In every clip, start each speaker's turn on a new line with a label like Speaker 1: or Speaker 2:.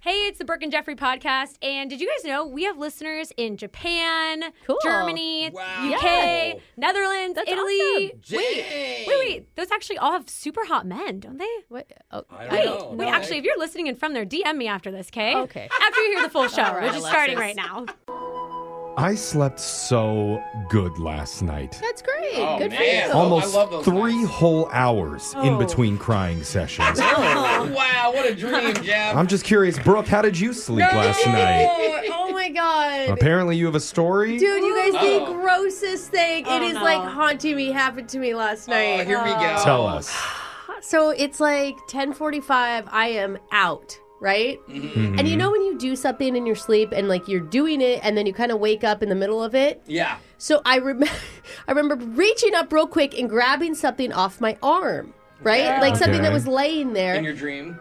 Speaker 1: Hey, it's the Burke and Jeffrey podcast. And did you guys know we have listeners in Japan,
Speaker 2: Cool.
Speaker 1: Germany,
Speaker 3: Wow.
Speaker 1: UK,
Speaker 2: Yeah.
Speaker 1: Netherlands,
Speaker 2: That's
Speaker 1: Italy?
Speaker 3: awesome.
Speaker 1: Wait, wait, wait. Those actually all have super hot men, don't they?
Speaker 2: What? Oh,
Speaker 3: I
Speaker 1: Wait,
Speaker 3: don't know.
Speaker 1: wait.
Speaker 3: No.
Speaker 1: Actually, if you're listening and from there, DM me after this, okay?
Speaker 2: Okay.
Speaker 1: After you hear the full show,
Speaker 2: All right,
Speaker 1: which is starting right
Speaker 2: Alexis.
Speaker 1: now.
Speaker 4: I slept so good last night.
Speaker 2: That's great.
Speaker 3: Oh,
Speaker 2: Good
Speaker 3: man.
Speaker 2: for you.
Speaker 3: Oh, I
Speaker 4: Almost
Speaker 3: love those
Speaker 4: three
Speaker 3: nights.
Speaker 4: whole hours in
Speaker 1: Oh.
Speaker 4: between crying sessions.
Speaker 3: wow, what a dream, Jeff.
Speaker 4: I'm just curious, Brooke, how did you sleep last night?
Speaker 2: Oh my god.
Speaker 4: Apparently, you have a story.
Speaker 2: Dude, you guys, the
Speaker 3: Oh.
Speaker 2: grossest thing. it is
Speaker 1: no.
Speaker 2: like haunting me happened to me last night.
Speaker 3: Oh, here we go.
Speaker 4: Tell us.
Speaker 2: So it's like 10:45 I am out, right?
Speaker 3: Mm-hmm.
Speaker 2: And you know when you do something in your sleep and like you're doing it and then you kind of wake up in the middle of it?
Speaker 3: Yeah.
Speaker 2: So I remember I remember reaching up real quick and grabbing something off my arm, right? Like something that
Speaker 4: Okay.
Speaker 2: was laying there.
Speaker 3: In your dream.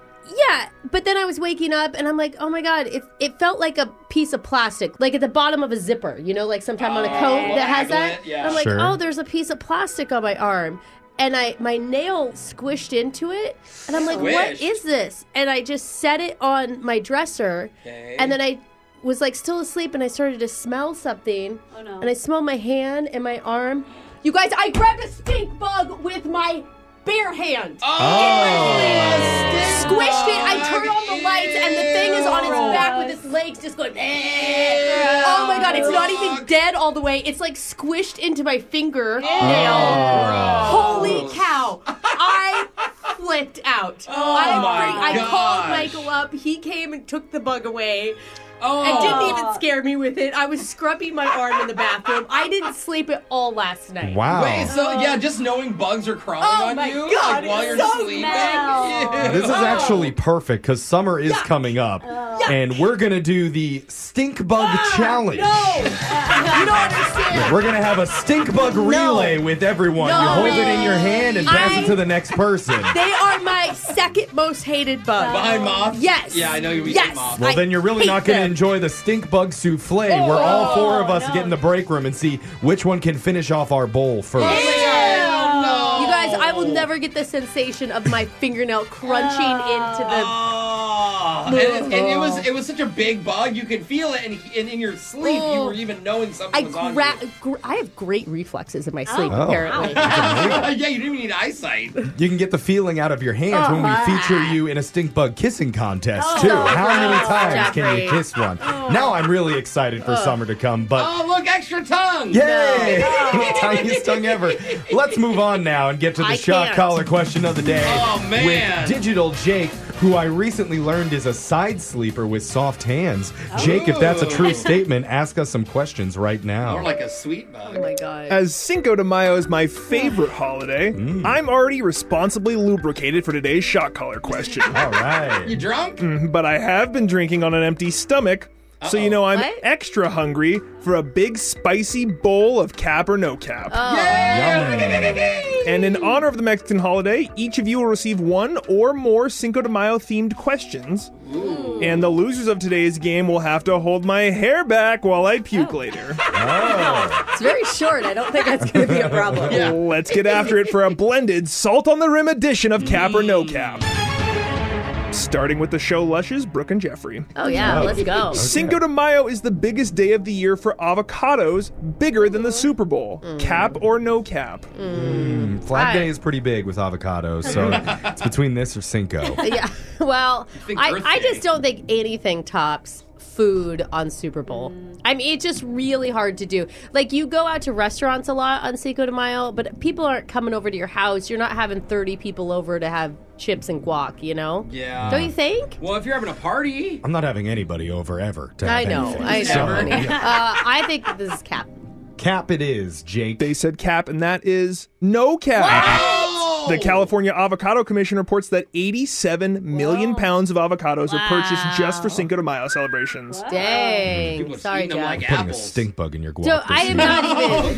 Speaker 2: Yeah, but then I was waking up and I'm like, oh my god, it, it felt like a piece of plastic, like at the bottom of a zipper, you know, like sometime on a
Speaker 3: Oh,
Speaker 2: coat that has
Speaker 3: aglet,
Speaker 2: that.
Speaker 3: yeah.
Speaker 2: I'm like,
Speaker 4: Sure.
Speaker 2: oh, there's a piece of plastic on my arm. And I my nail squished into it, and I'm like,
Speaker 3: Squished?
Speaker 2: "What is this?" And I just set it on my dresser,
Speaker 3: Okay.
Speaker 2: and then I was like still asleep, and I started to smell something, oh, no. and I smelled my hand and my arm. You guys, I grabbed a stink bug with my bare hand
Speaker 3: Oh,
Speaker 2: squished it. I turn on the lights, and the thing is on its back with its legs just going. "Eh." Oh my god! It's not even dead all the way. It's like squished into my finger
Speaker 4: Oh.
Speaker 2: nail. Holy cow! I flipped out. I,
Speaker 3: Oh my
Speaker 2: I called
Speaker 3: gosh.
Speaker 2: Michael up. He came and took the bug away.
Speaker 3: Oh.
Speaker 2: And didn't even scare me with it. I was scrubbing my arm in the bathroom. I didn't sleep at all last night.
Speaker 4: Wow.
Speaker 3: Wait, so yeah, just knowing bugs are crawling
Speaker 2: Oh
Speaker 3: on
Speaker 2: my
Speaker 3: you
Speaker 2: God,
Speaker 3: like, while
Speaker 2: it's
Speaker 3: you're
Speaker 2: so
Speaker 3: sleeping.
Speaker 1: smell.
Speaker 4: This is actually perfect because summer is coming up, and we're gonna do the stink bug
Speaker 2: Ah,
Speaker 4: challenge.
Speaker 2: You don't understand.
Speaker 4: We're gonna have a stink bug relay with everyone.
Speaker 2: No.
Speaker 4: you hold it in your hand and pass
Speaker 2: I-
Speaker 4: it to the next person.
Speaker 2: They are my second most hated bug.
Speaker 3: Behind moths.
Speaker 2: Yes.
Speaker 3: Yeah, I know you eat
Speaker 2: Yes.
Speaker 3: moths.
Speaker 4: Well,
Speaker 2: I
Speaker 4: then you're really
Speaker 2: hate
Speaker 4: not going to
Speaker 2: them. Oh,
Speaker 4: enjoy the stink bug souffle where all four of us get in the break room and see which one can finish off our bowl first.
Speaker 3: Oh, no.
Speaker 2: You guys, I will never get the sensation of my fingernail crunching into the.
Speaker 3: Oh, and, it, and it was it was such a big bug you could feel it, and, and in your sleep you were even knowing
Speaker 2: Oh. I
Speaker 3: something was on
Speaker 2: gra- gr- I have great reflexes in my sleep.
Speaker 4: Oh.
Speaker 2: Apparently,
Speaker 3: you. yeah, you didn't even need eyesight.
Speaker 4: You can get the feeling out of your
Speaker 3: Oh,
Speaker 4: hands when we feature you in a stink bug kissing contest, too. How many times can you
Speaker 2: Jeffrey.
Speaker 4: kiss one? Now I'm really excited for summer to come, but.
Speaker 3: Oh, look, extra tongue.
Speaker 4: Yay! Tiniest tongue ever. Let's move on now and get to the
Speaker 2: I
Speaker 4: shock
Speaker 2: can't.
Speaker 4: collar question of the day.
Speaker 3: Oh, man.
Speaker 4: With Digital Jake, who I recently learned is a side sleeper with soft hands. Jake, if that's a
Speaker 3: Oh.
Speaker 4: true statement, ask us some questions right now.
Speaker 3: More like a sweet bug.
Speaker 2: Oh my god.
Speaker 5: As Cinco de Mayo is my favorite holiday,
Speaker 4: Mm.
Speaker 5: I'm already responsibly lubricated for today's shot collar question. Mm-hmm,
Speaker 4: All right.
Speaker 3: You drunk?
Speaker 5: but I have been drinking on an empty stomach, so you know I'm
Speaker 2: What?
Speaker 5: extra hungry for a big spicy bowl of cap or no cap.
Speaker 2: Oh.
Speaker 3: Oh.
Speaker 5: And in honor of the Mexican holiday, each of you will receive one or more Cinco de Mayo themed questions. And the losers of today's game will have to hold my hair back while I puke later.
Speaker 2: Oh.
Speaker 4: Oh.
Speaker 2: It's very short. I don't think that's going to be a problem.
Speaker 5: Let's get after it for a blended salt on the rim edition of Cap or
Speaker 2: Mm.
Speaker 5: No Cap. Starting with the show Lushes, Brooke and Jeffrey.
Speaker 2: Oh yeah, let's go.
Speaker 5: Cinco de Mayo is the biggest day of the year for avocados, bigger than the Super Bowl.
Speaker 2: Mm.
Speaker 5: Cap or no cap?
Speaker 4: Hmm, Flag Day is pretty big with avocados, so it's between this or Cinco.
Speaker 2: Yeah. Well,
Speaker 3: think
Speaker 2: I,
Speaker 3: Earth
Speaker 2: I
Speaker 3: Day.
Speaker 2: just don't think anything tops food on Super Bowl.
Speaker 3: Mm.
Speaker 2: I mean, it's just really hard to do. Like, you go out to restaurants a lot on Cinco de Mayo, but people aren't coming over to your house. You're not having 30 people over to have chips and guac, you know?
Speaker 3: Yeah.
Speaker 2: Don't you think?
Speaker 3: Well, if you're having a party,
Speaker 4: I'm not having anybody over ever. To have
Speaker 2: I know.
Speaker 4: anything.
Speaker 2: I know.
Speaker 4: So,
Speaker 2: honey.
Speaker 4: yeah.
Speaker 2: Uh, I think this is cap.
Speaker 4: Cap it is, Jake.
Speaker 5: They said cap, and that is no cap. The California Avocado Commission reports that 87 million pounds of avocados are purchased just for Cinco de Mayo celebrations.
Speaker 2: Dang.
Speaker 3: people just
Speaker 2: Sorry,
Speaker 3: eating them
Speaker 2: Jeff.
Speaker 3: like
Speaker 4: Putting a
Speaker 3: apples.
Speaker 4: stink bug in your guac.
Speaker 2: so I
Speaker 4: this
Speaker 2: am
Speaker 4: year.
Speaker 2: not even. Uh,
Speaker 3: Oh,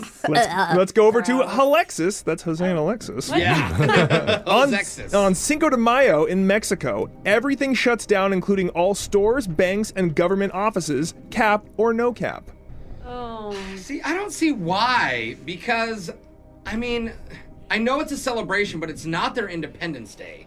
Speaker 3: gross.
Speaker 5: Let's,
Speaker 6: Uh,
Speaker 5: let's go over to Alexis. That's Jose and Alexis.
Speaker 3: Yeah. oh,
Speaker 5: On,
Speaker 3: Texas.
Speaker 5: on Cinco de Mayo in Mexico, everything shuts down, including all stores, banks, and government offices, cap or no cap.
Speaker 1: Oh.
Speaker 3: See, I don't see why. Because, I mean, I know it's a celebration, but it's not their Independence Day.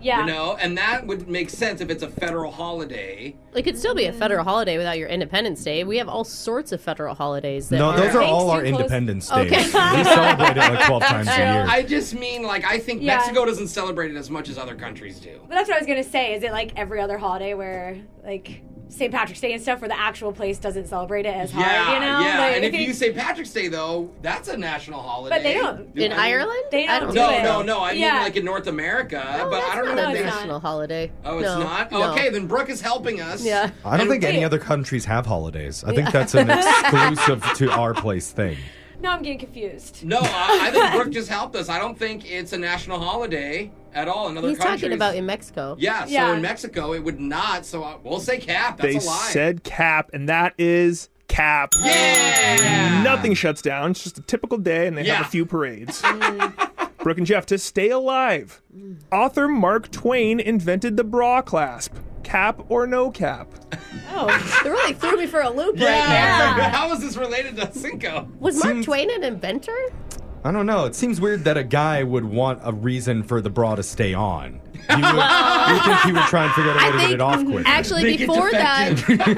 Speaker 1: Yeah.
Speaker 3: You know, and that would make sense if it's a federal holiday.
Speaker 2: It could still be a federal holiday without your Independence Day. We have all sorts of federal holidays. That
Speaker 4: No,
Speaker 2: are-
Speaker 4: those are
Speaker 1: Thanks,
Speaker 4: all our
Speaker 1: too close.
Speaker 4: Independence
Speaker 2: Okay.
Speaker 4: Days. we celebrate it like 12 times a year.
Speaker 3: I just mean, like, I think
Speaker 1: Yeah.
Speaker 3: Mexico doesn't celebrate it as much as other countries do.
Speaker 1: But that's what I was gonna say. Is it like every other holiday where like St. Patrick's Day and stuff, where the actual place doesn't celebrate it as
Speaker 3: Yeah,
Speaker 1: hard? You know?
Speaker 3: yeah.
Speaker 1: Like,
Speaker 3: and if you say Patrick's Day, though, that's a national holiday.
Speaker 1: they don't.
Speaker 3: Do
Speaker 2: in
Speaker 3: I-
Speaker 2: Ireland?
Speaker 1: They
Speaker 2: I
Speaker 1: don't
Speaker 2: don't
Speaker 1: do
Speaker 3: No,
Speaker 1: it.
Speaker 3: no, no. I
Speaker 1: Yeah.
Speaker 3: mean, like in North America, but I don't
Speaker 2: It's
Speaker 3: know. if
Speaker 2: not a
Speaker 3: they-
Speaker 1: not.
Speaker 2: national holiday.
Speaker 3: Oh, it's
Speaker 2: No,
Speaker 3: not.
Speaker 2: no.
Speaker 3: Okay, then Brooke is helping us.
Speaker 2: Yeah.
Speaker 4: I don't think any other countries have holidays. I think that's an exclusive to our place thing.
Speaker 1: No, I'm getting confused.
Speaker 3: No, I, I think Brooke just helped us. I don't think it's a national holiday at all in other
Speaker 2: He's
Speaker 3: countries.
Speaker 2: talking about in Mexico.
Speaker 3: Yeah, so
Speaker 1: Yeah.
Speaker 3: in Mexico it would not. So I, we'll say cap. That's
Speaker 5: they
Speaker 3: a lie.
Speaker 5: said cap, and that is cap.
Speaker 3: yeah.
Speaker 5: Nothing shuts down. It's just a typical day, and they have
Speaker 3: Yeah. Mm.
Speaker 5: a few parades. Brooke and Jeff to stay alive. Author Mark Twain invented the bra clasp. Cap or no cap?
Speaker 2: Oh, they really threw me for a loop
Speaker 3: Yeah.
Speaker 2: right now.
Speaker 3: How is this related to Cinco?
Speaker 2: Was Mark Twain an inventor?
Speaker 4: I don't know. It seems weird that a guy would want a reason for the bra to stay on. You would, you think he would try and figure out a way to get it off quicker.
Speaker 2: actually
Speaker 3: Make it
Speaker 2: before that,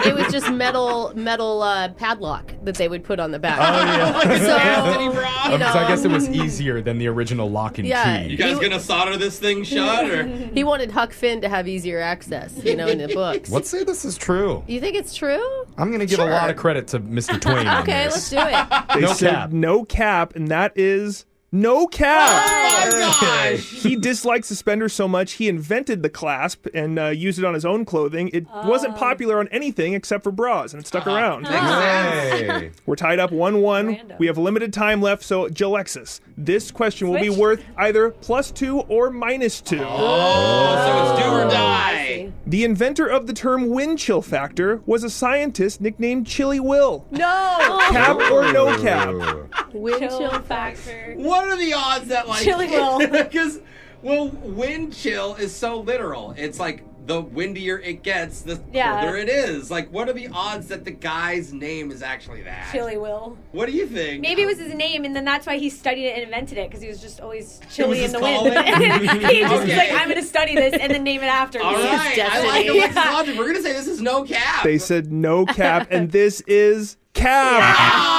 Speaker 2: it was just metal metal uh, padlock that they would put on the back.
Speaker 4: Oh,
Speaker 3: Anthony
Speaker 2: So
Speaker 3: Brown?
Speaker 2: you know,
Speaker 4: so I guess it was easier than the original lock and
Speaker 2: Yeah.
Speaker 4: key.
Speaker 3: You guys gonna solder this thing shut or?
Speaker 2: he wanted Huck Finn to have easier access, you know, in the books.
Speaker 4: Let's say this is true.
Speaker 2: You think it's true?
Speaker 4: I'm going to give a lot of credit to Mr. Twain. on
Speaker 2: Okay,
Speaker 4: this.
Speaker 2: let's do it.
Speaker 5: They
Speaker 4: No
Speaker 5: said
Speaker 4: cap.
Speaker 5: no cap, and that is no cap.
Speaker 3: Oh my gosh!
Speaker 5: He disliked suspenders so much he invented the clasp and uh, used it on his own clothing. It wasn't popular on anything except for bras, and it stuck around.
Speaker 4: Hey.
Speaker 5: We're tied up 1 1.
Speaker 1: Random.
Speaker 5: We have limited time left, so Jalexis, this question will be
Speaker 1: Switch?
Speaker 5: worth either plus two or minus two. Oh.
Speaker 3: Oh. So it's do
Speaker 1: Oh,
Speaker 3: or die.
Speaker 5: The inventor of the term wind chill factor was a scientist nicknamed Chilly Will.
Speaker 2: No.
Speaker 5: Cap or no cap?
Speaker 2: Wind chill
Speaker 1: factor.
Speaker 3: What are the odds that like
Speaker 1: Chilly will.
Speaker 3: Because well, wind chill is so literal. It's like the windier it gets, the
Speaker 1: Yeah.
Speaker 3: colder it is. Like, what are the odds that the guy's name is actually that?
Speaker 1: Chili will.
Speaker 3: What do you think?
Speaker 1: Maybe it was his name, and then that's why he studied it and invented it because he was just always
Speaker 3: was
Speaker 1: chilly in
Speaker 3: his
Speaker 1: the wind.
Speaker 3: calling.
Speaker 1: he just was
Speaker 3: Okay.
Speaker 1: like, "I'm going to study this and then name it after."
Speaker 3: All
Speaker 1: me."
Speaker 3: right, I
Speaker 2: destiny.
Speaker 3: like Alexis
Speaker 1: Yeah.
Speaker 3: logic. We're gonna say this is no cap.
Speaker 5: They said no cap, and this is cap. Oh.
Speaker 3: Ah,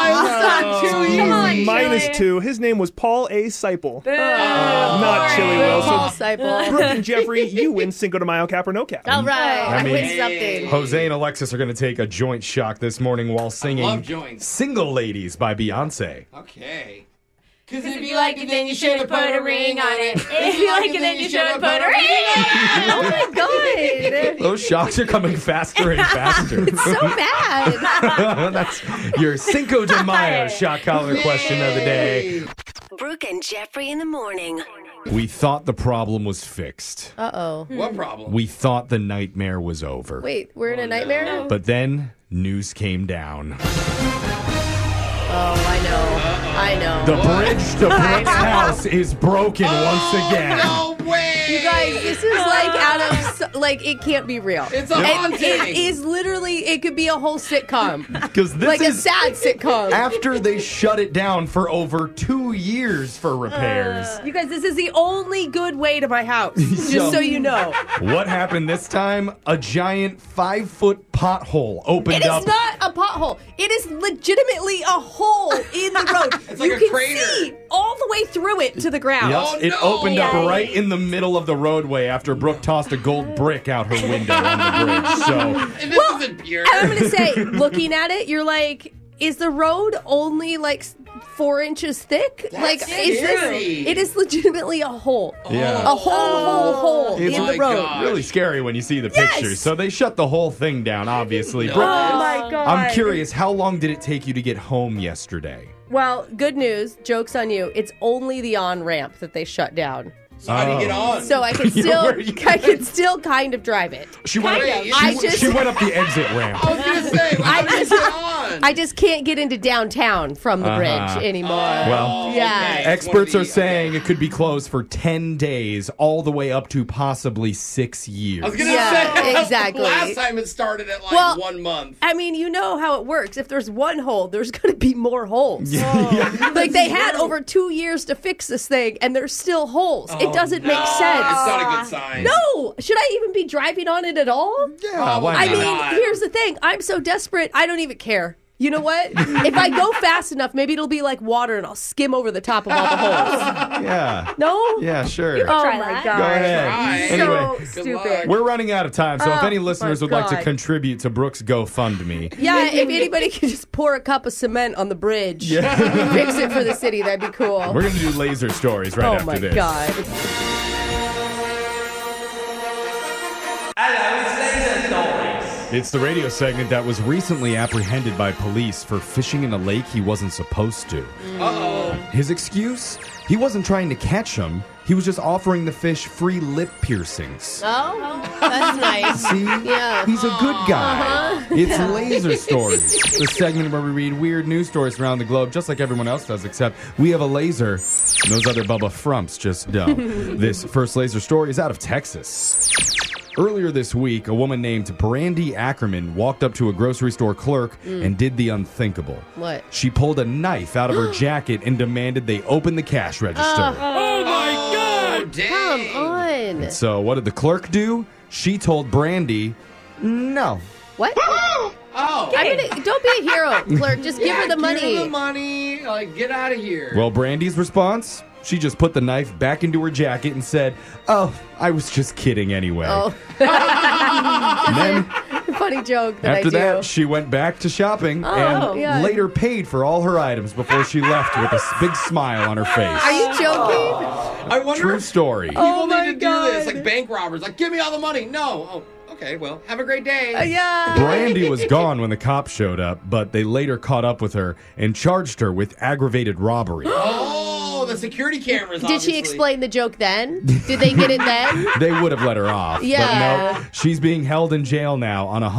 Speaker 3: it's not too
Speaker 1: Come on,
Speaker 3: easy.
Speaker 5: Minus
Speaker 1: Chili.
Speaker 5: two. His name was Paul A. Seipel. Uh,
Speaker 1: Boo.
Speaker 5: Not Chilly Will.
Speaker 2: Paul
Speaker 5: So,
Speaker 2: Seipel.
Speaker 5: Brooke and Jeffrey, you win Cinco de Mayo cap or no cap.
Speaker 2: All right, I,
Speaker 4: mean-
Speaker 2: win something.
Speaker 4: Jose and Alexis are going to take a joint shock this morning while singing
Speaker 3: love joints.
Speaker 4: Single Ladies by Beyonce.
Speaker 3: Okay.
Speaker 7: Cause if you like it, then you should have put a ring on it. If you like it, then you should have put a
Speaker 2: Oh my god.
Speaker 4: Those shocks are coming faster and faster.
Speaker 2: It's so bad.
Speaker 4: That's your Cinco de Mayo shock collar question of the day.
Speaker 8: Brooke and Jeffrey in the morning.
Speaker 4: We thought the problem was fixed.
Speaker 2: Uh oh.
Speaker 8: What problem?
Speaker 4: We thought the nightmare was over.
Speaker 2: Wait, we're
Speaker 4: Oh,
Speaker 2: in a nightmare?
Speaker 4: But then news came down.
Speaker 2: Oh, I know. I know.
Speaker 4: The bridge to Brooke's house is broken once again.
Speaker 2: way. You guys, this is like out of s- like it can't be real. It's
Speaker 4: a
Speaker 2: it,
Speaker 4: haunting.
Speaker 2: It is literally it could be a whole sitcom.
Speaker 4: Because this
Speaker 2: like a
Speaker 4: is
Speaker 2: sad sitcom.
Speaker 4: after they shut it down for over two years for
Speaker 7: Uh,
Speaker 4: repairs.
Speaker 2: You guys, this is the only good way to my house. Just so, you know.
Speaker 4: What happened this time? A giant five foot pothole opened
Speaker 2: It is
Speaker 4: up.
Speaker 2: not a pothole. It is legitimately a hole in the road. you can see all the way through it to the ground.
Speaker 4: Yep, it opened up right in the middle of the roadway after Brooke tossed a gold brick out her window on the bridge. So
Speaker 2: well, I'm gonna say, looking at it, you're like, is the road only like s- four inches thick? like,
Speaker 4: scary.
Speaker 2: is this? It is legitimately a hole.
Speaker 4: Yeah.
Speaker 2: A whole, whole, hole
Speaker 4: It's
Speaker 2: in the
Speaker 4: like, uh,
Speaker 2: road.
Speaker 4: really scary when you see the pictures. So they shut the whole thing down, obviously.
Speaker 2: know
Speaker 4: Brooke,
Speaker 2: this. Oh my God.
Speaker 4: I'm curious, how long did it take you to get home yesterday?
Speaker 2: Well, good news. Jokes on you. It's only the on ramp that they shut down.
Speaker 4: So how do you get on?
Speaker 2: So I can
Speaker 4: Yeah,
Speaker 2: still,
Speaker 4: where are you-
Speaker 2: I can still kind of drive it.
Speaker 4: She went,
Speaker 2: Kind
Speaker 4: up,
Speaker 2: of.
Speaker 4: she,
Speaker 2: I just,
Speaker 4: she went up the exit ramp.
Speaker 2: I just, I just can't get into downtown from the
Speaker 4: Uh-huh.
Speaker 2: bridge anymore.
Speaker 4: Well,
Speaker 2: yeah.
Speaker 4: experts are saying it could be closed for 10 days, all the way up to possibly six years.
Speaker 3: I was gonna
Speaker 2: Yeah,
Speaker 3: say
Speaker 2: exactly.
Speaker 3: Last time it started at like
Speaker 2: Well-
Speaker 3: one month.
Speaker 2: I mean, you know how it works. If there's one hole, there's going to be more holes.
Speaker 3: Oh,
Speaker 2: like they had over two years to fix this thing, and there's still holes. it doesn't
Speaker 3: Oh, no.
Speaker 2: make sense.
Speaker 3: It's not a good sign.
Speaker 2: No, should I even be driving on it at all?
Speaker 4: Yeah, why
Speaker 2: I
Speaker 4: not?
Speaker 2: mean,
Speaker 4: God.
Speaker 2: here's the thing. I'm so desperate. I don't even care. You know what? if I go fast enough, maybe it'll be like water, and I'll skim over the top of all the holes.
Speaker 4: Yeah.
Speaker 2: No.
Speaker 4: Yeah, sure.
Speaker 2: You can Oh try my that.
Speaker 4: Go
Speaker 2: God.
Speaker 4: ahead.
Speaker 2: Try. So
Speaker 4: Anyway,
Speaker 2: stupid.
Speaker 4: We're running out of time, so if
Speaker 2: Oh,
Speaker 4: any listeners
Speaker 2: my
Speaker 4: would like to
Speaker 2: God.
Speaker 4: contribute to Brooks GoFundMe,
Speaker 2: Yeah, if anybody could just pour a cup of cement on the bridge,
Speaker 4: Yeah.
Speaker 2: fix it for the city, that'd be cool.
Speaker 4: we're going to do laser stories right
Speaker 2: oh
Speaker 4: after
Speaker 2: my
Speaker 4: this.
Speaker 2: god.
Speaker 4: It's the radio segment that was recently apprehended by police for fishing in a lake he wasn't supposed to.
Speaker 3: Uh
Speaker 4: His excuse? He wasn't trying to catch him. He was just offering the fish free lip piercings.
Speaker 2: Oh, that's nice.
Speaker 4: See?
Speaker 2: Yeah.
Speaker 4: He's a good guy.
Speaker 2: Uh-huh.
Speaker 4: It's
Speaker 2: Yeah.
Speaker 4: Laser Stories, the segment where we read weird news stories around the globe, just like everyone else does, except we have a laser, and those other Bubba Frumps just don't. this first laser story is out of Texas. Earlier this week, a woman named Brandy Ackerman walked up to a grocery store clerk
Speaker 2: Mm.
Speaker 4: and did the unthinkable.
Speaker 2: What?
Speaker 4: She pulled a knife out of her jacket and demanded they open the cash register.
Speaker 2: oh my god! Come on.
Speaker 4: And so, what did the clerk do? She told Brandy, no.
Speaker 2: What?
Speaker 3: Oh.
Speaker 2: I mean, don't be a hero, clerk. Just give
Speaker 3: Yeah,
Speaker 2: her the money.
Speaker 3: Give her the money. Like, get out of here.
Speaker 4: Well, Brandy's response? She just put the knife back into her jacket and said, Oh, I was just kidding anyway.
Speaker 2: Oh. Funny joke that
Speaker 4: After
Speaker 2: I do.
Speaker 4: that, she went back to shopping
Speaker 2: Oh,
Speaker 4: and
Speaker 2: yeah.
Speaker 4: later paid for all her items before she left with a s- big smile on her face.
Speaker 2: Are you joking?
Speaker 3: I wonder
Speaker 4: True
Speaker 3: if
Speaker 4: story.
Speaker 3: people
Speaker 2: Oh
Speaker 3: need to do this. Like bank robbers. Like, give me all the money. No. Oh, okay. Well, have a great day.
Speaker 2: Uh, yeah.
Speaker 4: Brandy was gone when the cops showed up, but they later caught up with her and charged her with aggravated robbery.
Speaker 3: oh, the security cameras.
Speaker 2: Did she explain the joke then? Did they get it then?
Speaker 4: They would have let her off.
Speaker 2: Yeah.
Speaker 4: But no, she's being held in jail now on a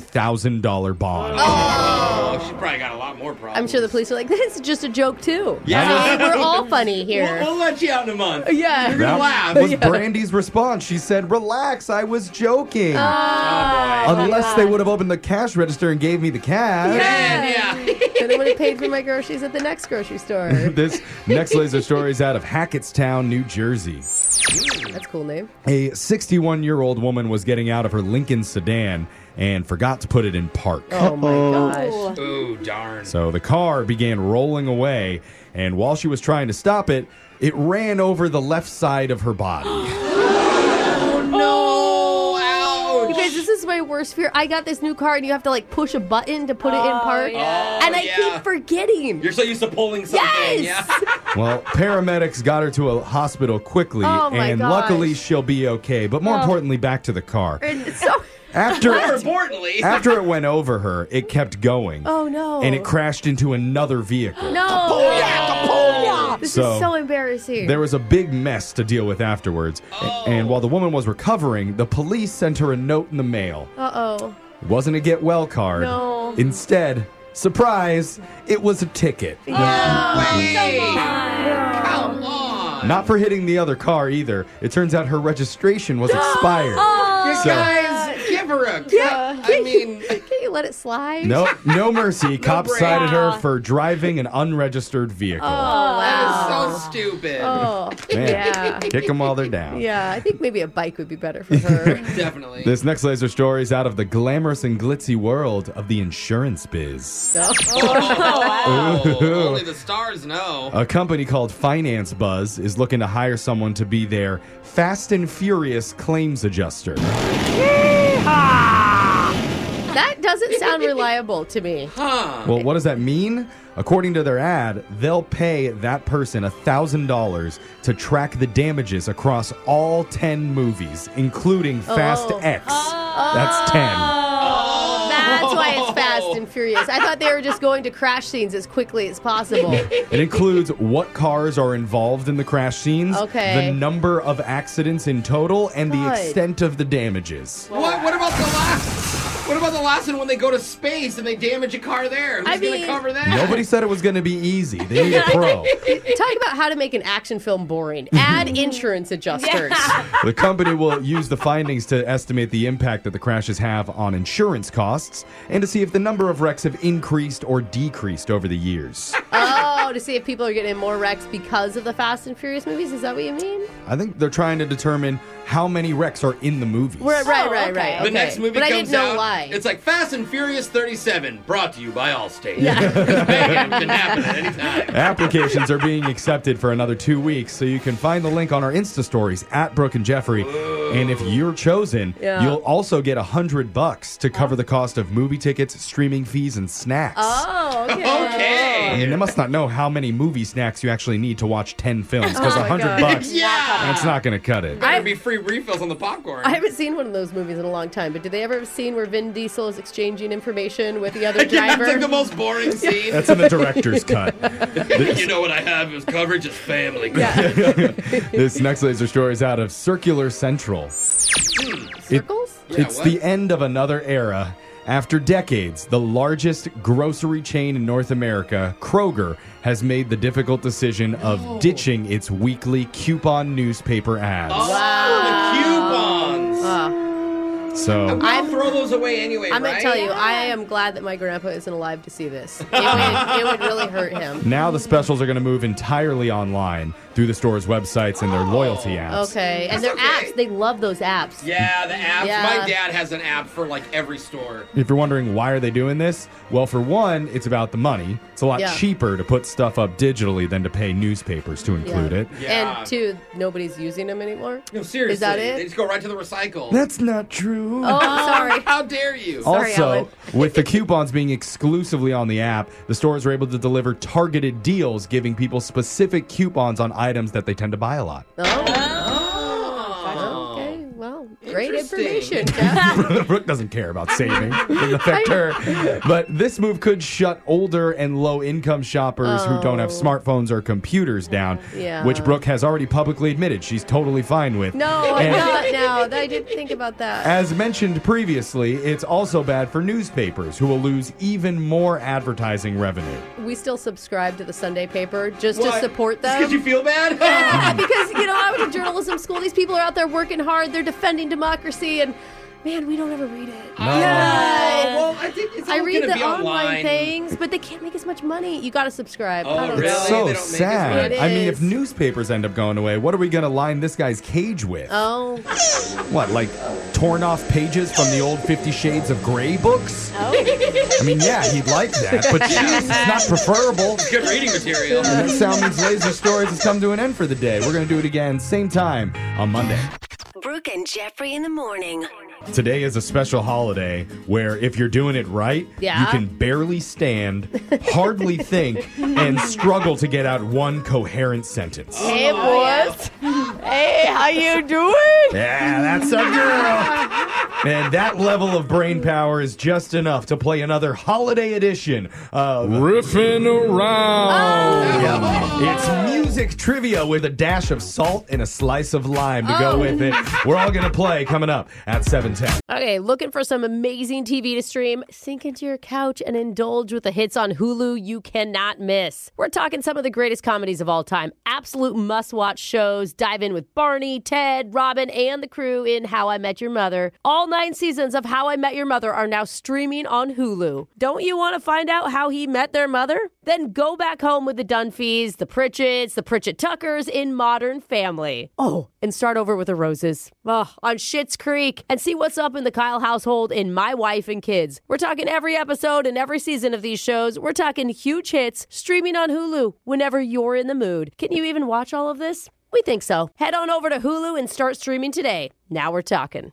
Speaker 4: $150,000 bond.
Speaker 3: Oh, she probably got a lot more problems.
Speaker 2: I'm sure the police are like, this is just a joke too.
Speaker 4: Yeah.
Speaker 2: See, we're all funny here.
Speaker 3: We'll, we'll let you out in a month.
Speaker 2: Yeah.
Speaker 3: You're gonna
Speaker 4: That
Speaker 3: laugh.
Speaker 4: was Brandy's response. She said, "Relax, I was joking."
Speaker 2: Oh,
Speaker 3: Ah,
Speaker 4: Unless they would have opened the cash register and gave me the cash.
Speaker 2: then I would have paid for my groceries at the next grocery store.
Speaker 4: this next laser story is out of Hackettstown, New Jersey.
Speaker 2: That's a cool name.
Speaker 4: A 61-year-old woman was getting out of her Lincoln sedan and forgot to put it in park.
Speaker 2: Oh my gosh.
Speaker 3: Ooh, darn.
Speaker 4: So the car began rolling away, and while she was trying to stop it, it ran over the left side of her body.
Speaker 2: Oh no! You guys, this is my my worst fear. I got this new car, and you have to like push a button to put it in park,
Speaker 3: yeah.
Speaker 2: and
Speaker 3: Oh,
Speaker 2: I
Speaker 3: yeah.
Speaker 2: keep forgetting.
Speaker 3: You're so used to pulling something.
Speaker 2: Yes!
Speaker 3: Yeah.
Speaker 4: Well, paramedics got her to a hospital quickly,
Speaker 2: Oh my
Speaker 4: and
Speaker 2: gosh.
Speaker 4: luckily she'll be okay. But more
Speaker 2: Oh.
Speaker 4: importantly, back to the car.
Speaker 2: And so
Speaker 4: After-
Speaker 2: What?
Speaker 4: More After it went over her, it kept going,
Speaker 2: oh no!
Speaker 4: and it crashed into another vehicle.
Speaker 2: No. This
Speaker 4: So-
Speaker 2: is so embarrassing.
Speaker 4: There was a big mess to deal with afterwards, a- and while the woman was recovering, the police sent her a note in the mail.
Speaker 2: Uh oh.
Speaker 4: It wasn't a get well card.
Speaker 2: No.
Speaker 4: Instead, surprise, it was a ticket.
Speaker 3: Come on.
Speaker 4: Not for hitting the other car either. It turns out her registration was expired.
Speaker 3: You
Speaker 4: So-
Speaker 3: guys, give her a.
Speaker 2: Oh. Yeah.
Speaker 3: I mean,
Speaker 2: Can you let it slide?
Speaker 4: No, no mercy. Cops
Speaker 2: break.
Speaker 4: cited her
Speaker 2: Wow.
Speaker 4: for driving an unregistered vehicle.
Speaker 2: Oh,
Speaker 3: that
Speaker 2: wow.
Speaker 3: is so stupid.
Speaker 2: Oh,
Speaker 4: Man,
Speaker 2: yeah.
Speaker 4: kick them while they're down.
Speaker 2: Yeah, I think maybe a bike would be better for her.
Speaker 3: Definitely.
Speaker 4: This next laser story is out of the glamorous and glitzy world of the insurance biz.
Speaker 3: Oh,
Speaker 4: Ooh.
Speaker 3: only the stars know.
Speaker 4: A company called Finance Buzz is looking to hire someone to be their fast and furious claims adjuster.
Speaker 2: That doesn't sound reliable to me. Huh.
Speaker 4: Well, what does that mean? According to their ad, they'll pay that person $1,000 to track the damages across all 10 movies, including Fast
Speaker 2: Oh.
Speaker 4: X. That's 10.
Speaker 2: That's why it's fast
Speaker 3: Oh.
Speaker 2: and furious. I thought they were just going to crash scenes as quickly as possible.
Speaker 4: It includes what cars are involved in the crash scenes,
Speaker 2: Okay.
Speaker 4: the number of accidents in total, and the
Speaker 3: Good.
Speaker 4: extent of the damages.
Speaker 3: What? What about the last? What about the last one when they go to space and they damage a car there? Who's
Speaker 2: I
Speaker 3: gonna
Speaker 2: mean-
Speaker 3: cover that?
Speaker 4: Nobody said it was going to be easy. They need a pro.
Speaker 2: Talk about how to make an action film boring. Add insurance adjusters.
Speaker 4: The company will use the findings to estimate the impact that the crashes have on insurance costs and to see if the number of wrecks have increased or decreased over the years.
Speaker 2: Oh, to see if people are getting in more wrecks because of the Fast and Furious movies. Is that what you mean?
Speaker 4: I think they're trying to determine how many wrecks are in the movies.
Speaker 2: Right, right, right, right.
Speaker 3: Oh, The
Speaker 2: okay.
Speaker 3: next movie
Speaker 2: but I
Speaker 3: comes
Speaker 2: didn't know
Speaker 3: out.
Speaker 2: why.
Speaker 3: It's like Fast and Furious 37, brought to you by Allstate. Because mayhem can happen at any time.
Speaker 4: Applications are being accepted for another two weeks, so you can find the link on our Insta stories at Brooke and Jeffrey. And if you're chosen,
Speaker 2: Yeah.
Speaker 4: you'll also get a hundred bucks to cover the cost of movie tickets, streaming fees, and snacks.
Speaker 2: Oh, okay.
Speaker 4: I mean, they must not know how many movie snacks you actually need to watch ten films because
Speaker 2: Oh
Speaker 4: a
Speaker 2: my
Speaker 4: hundred
Speaker 2: God.
Speaker 4: bucks,
Speaker 2: Yeah.
Speaker 4: that's not going to cut it.
Speaker 3: Better be free refills on the popcorn.
Speaker 2: I haven't seen one of those movies in a long time, but did they ever have seen where Vin Diesel is exchanging information with the other driver?
Speaker 3: It's like the most boring scene.
Speaker 4: That's in the director's cut.
Speaker 3: you know what I have is coverage is family.
Speaker 4: this next laser story is out of Circular Central.
Speaker 2: Circles?
Speaker 3: Yeah,
Speaker 4: it's
Speaker 3: what?
Speaker 4: the end of another era. After decades, the largest grocery chain in North America, Kroger, has made the difficult decision of
Speaker 2: Oh.
Speaker 4: ditching its weekly coupon newspaper ads.
Speaker 3: Coupons.
Speaker 4: So,
Speaker 3: I'll throw those away anyway,
Speaker 2: Ah. I'm
Speaker 3: right?
Speaker 2: gonna tell you, I am glad that my grandpa isn't alive to see this. It would, it would really hurt him.
Speaker 4: now the specials are going to move entirely online through the store's websites and their loyalty apps.
Speaker 2: Okay, and their apps, they love those apps.
Speaker 3: Yeah, the apps.
Speaker 2: Yeah.
Speaker 3: My dad has an app for like every store.
Speaker 4: If you're wondering why are they doing this, well, for one, it's about the money. It's a lot
Speaker 2: Yeah.
Speaker 4: cheaper to put stuff up digitally than to pay newspapers to include it.
Speaker 2: And two, nobody's using them anymore.
Speaker 3: No, seriously.
Speaker 2: Is that
Speaker 3: They
Speaker 2: it?
Speaker 3: just go right to the recycle.
Speaker 4: That's not true.
Speaker 2: Oh, sorry.
Speaker 3: How dare you?
Speaker 4: also, with the coupons being exclusively on the app, the stores are able to deliver targeted deals, giving people specific coupons on items that they tend to buy a lot.
Speaker 2: Oh. Okay, well, great
Speaker 3: Oh. Interesting.
Speaker 2: information. Jeff.
Speaker 4: Brooke doesn't care about saving. Doesn't affect her. But this move could shut older and low income shoppers who don't have
Speaker 2: Oh.
Speaker 4: smartphones or computers down,
Speaker 2: Yeah.
Speaker 4: which Brooke has already publicly admitted she's totally fine with.
Speaker 2: No, I'm
Speaker 4: And-
Speaker 2: not now. I didn't think about that.
Speaker 4: As mentioned previously, it's also bad for newspapers who will lose even more advertising revenue.
Speaker 2: We still subscribe to the Sunday paper just
Speaker 3: Why?
Speaker 2: to support them.
Speaker 3: Because you feel bad?
Speaker 2: Yeah, because you know I went to journalism school. These people are out there working hard. They're defending democracy, and man, we don't ever read it.
Speaker 3: No.
Speaker 2: Yeah.
Speaker 3: Well, I think it's
Speaker 2: I
Speaker 3: all
Speaker 2: read
Speaker 3: gonna
Speaker 2: the
Speaker 3: be
Speaker 2: online.
Speaker 3: online.
Speaker 2: things, but they can't make as much money. You got to subscribe.
Speaker 3: Oh,
Speaker 2: I don't
Speaker 3: really?
Speaker 2: know.
Speaker 4: It's
Speaker 3: They
Speaker 4: so
Speaker 3: don't make
Speaker 4: sad.
Speaker 3: as
Speaker 2: much.
Speaker 4: I mean,
Speaker 2: It
Speaker 4: if
Speaker 2: is.
Speaker 4: newspapers end up going away, what are we going to line this guy's cage with?
Speaker 2: Oh.
Speaker 4: What, like torn off pages from the old Fifty Shades of Grey books?
Speaker 2: Oh.
Speaker 4: I mean, yeah, he'd like that, but geez, it's not preferable.
Speaker 3: It's good reading material.
Speaker 4: And that sound means Laser Stories has come to an end for the day. We're going to do it again, same time on Monday.
Speaker 8: Brooke and Jeffrey in the morning.
Speaker 4: Today is a special holiday where if you're doing it right, you
Speaker 2: Yeah.
Speaker 4: can barely stand, hardly think, and struggle to get out one coherent sentence.
Speaker 7: Hey,
Speaker 3: Oh,
Speaker 7: boys. Hey, how you doing?
Speaker 4: Yeah, that's a girl. And that level of brain power is just enough to play another holiday edition of Riffing Around. It's music trivia with a dash of salt and a slice of lime to
Speaker 2: Oh.
Speaker 4: go with it. We're all going to play coming up at 710.
Speaker 2: Okay, looking for some amazing TV to stream? Sink into your couch and indulge with the hits on Hulu you cannot miss. We're talking some of the greatest comedies of all time, absolute must watch shows. Dive in with Barney, Ted, Robin, and the crew in How I Met Your Mother. All nine seasons of How I Met Your Mother are now streaming on Hulu. Don't you want to find out how he met their mother? Then go back home with the Dunphys, the Pritchett's, the Pritchett Tuckers in Modern Family. Oh, and start over with the Roses. Ugh, on Schitt's Creek and see what's up in the Kyle household in My Wife and Kids. We're talking every episode and every season of these shows. We're talking huge hits streaming on Hulu whenever you're in the mood. Can you even watch all of this? We think so. Head on over to Hulu and start streaming today. Now we're talking.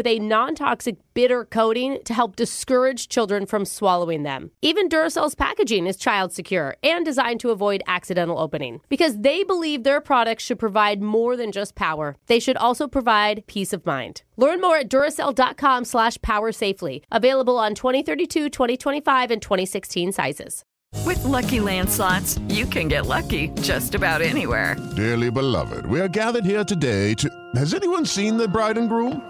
Speaker 2: a non toxic bitter coating to help discourage children from swallowing them. Even Duracell's packaging is child secure and designed to avoid accidental opening because they believe their products should provide more than just power. They should also provide peace of mind. Learn more at Duracell.com slash power safely. Available on 2032, 2025, and 2016 sizes.
Speaker 9: With Lucky Land slots, you can get lucky just about anywhere.
Speaker 10: Dearly beloved, we are gathered here today to. Has anyone seen the bride and groom?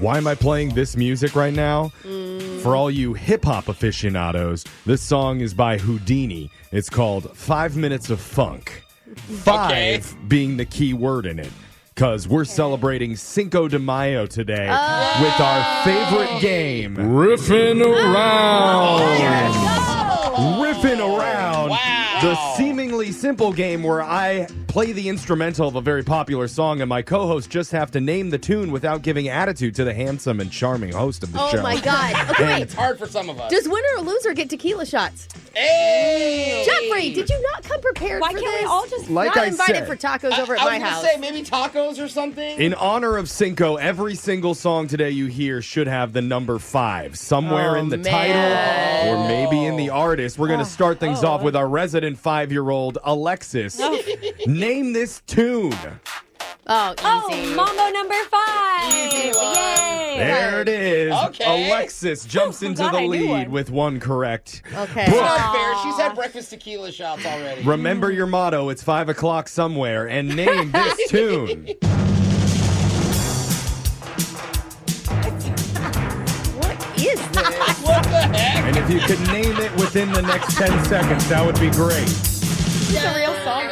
Speaker 4: Why am I playing this music right now? For all you hip hop aficionados, this song is by Houdini. It's called Five Minutes of Funk. Five being the key word in it. Because we're celebrating Cinco de Mayo today with our favorite game Riffing Around. Riffing Around. The seemingly simple game where I play the instrumental of a very popular song and my co hosts just have to name the tune without giving attitude to the handsome and charming host of the
Speaker 2: Oh
Speaker 4: show.
Speaker 2: my God. Okay.
Speaker 3: It's hard for some of us.
Speaker 2: Does winner or loser get tequila shots?
Speaker 3: Hey!
Speaker 2: Jeffrey, did you not come prepared
Speaker 3: Why
Speaker 2: for
Speaker 3: can't
Speaker 2: this?
Speaker 3: we all just-
Speaker 4: Like
Speaker 2: not
Speaker 4: I
Speaker 2: invited
Speaker 4: said.
Speaker 2: for tacos over at
Speaker 3: I
Speaker 2: my
Speaker 3: was gonna
Speaker 2: house.
Speaker 3: say maybe tacos or something.
Speaker 4: In honor of Cinco, every single song today you hear should have the number five somewhere
Speaker 7: Oh,
Speaker 4: in the
Speaker 7: man.
Speaker 4: title or maybe in the artist. We're going to
Speaker 2: Ah.
Speaker 4: start things
Speaker 2: Oh.
Speaker 4: off with our resident five year old, Alexis. Name this tune.
Speaker 2: Oh,
Speaker 1: easy. Mambo number five. Yay.
Speaker 4: There it is.
Speaker 3: Okay.
Speaker 4: Alexis jumps into
Speaker 3: God,
Speaker 4: the
Speaker 3: I knew
Speaker 4: lead
Speaker 3: one.
Speaker 4: with one correct.
Speaker 3: Okay. It's not fair. She's had breakfast tequila shots already.
Speaker 4: Remember your motto it's five o'clock somewhere and name this tune.
Speaker 2: What is this?
Speaker 3: what the heck?
Speaker 4: And if you could name it within the next 10 seconds, that would be great.
Speaker 2: Is this a real song?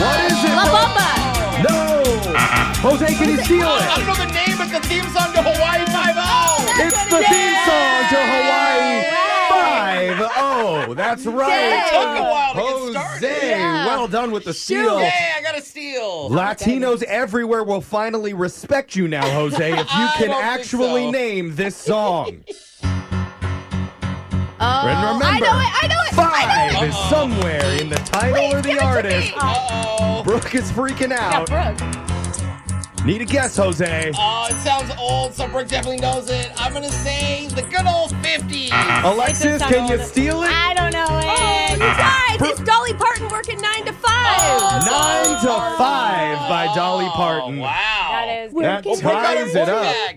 Speaker 4: What is it?
Speaker 2: La Bamba.
Speaker 4: No! Jose, can you steal
Speaker 3: Oh, I
Speaker 4: it?
Speaker 3: don't know the name of the theme song to Hawaii Five-O.
Speaker 4: It's the theme song to Hawaii Five Oh, that's right.
Speaker 3: It took a while to get
Speaker 4: Jose,
Speaker 3: started. Yeah.
Speaker 4: well done with the steal.
Speaker 3: Yay, I got a
Speaker 2: Oh
Speaker 3: steal.
Speaker 4: Latinos everywhere will finally respect you now, Jose, if you
Speaker 3: I
Speaker 4: can
Speaker 3: don't think
Speaker 4: actually
Speaker 3: so.
Speaker 4: name this song.
Speaker 2: Oh,
Speaker 4: and
Speaker 3: I
Speaker 4: remember,
Speaker 3: know it, I know it, I know
Speaker 4: five
Speaker 3: it.
Speaker 4: is somewhere in the title or the artist.
Speaker 3: Oh.
Speaker 4: Brooke is freaking out. Need a guess, Jose.
Speaker 3: Oh, it sounds old, so Brooke definitely knows it. I'm gonna say the good old 50s.
Speaker 4: Uh-huh. Alexis, can you steal it?
Speaker 3: I don't know
Speaker 6: Oh, you guys,
Speaker 4: Bru-
Speaker 6: it's Dolly Parton working nine to five.
Speaker 3: Oh,
Speaker 4: Nine to five by Dolly Parton. Wow.
Speaker 6: That is
Speaker 4: That ties it up.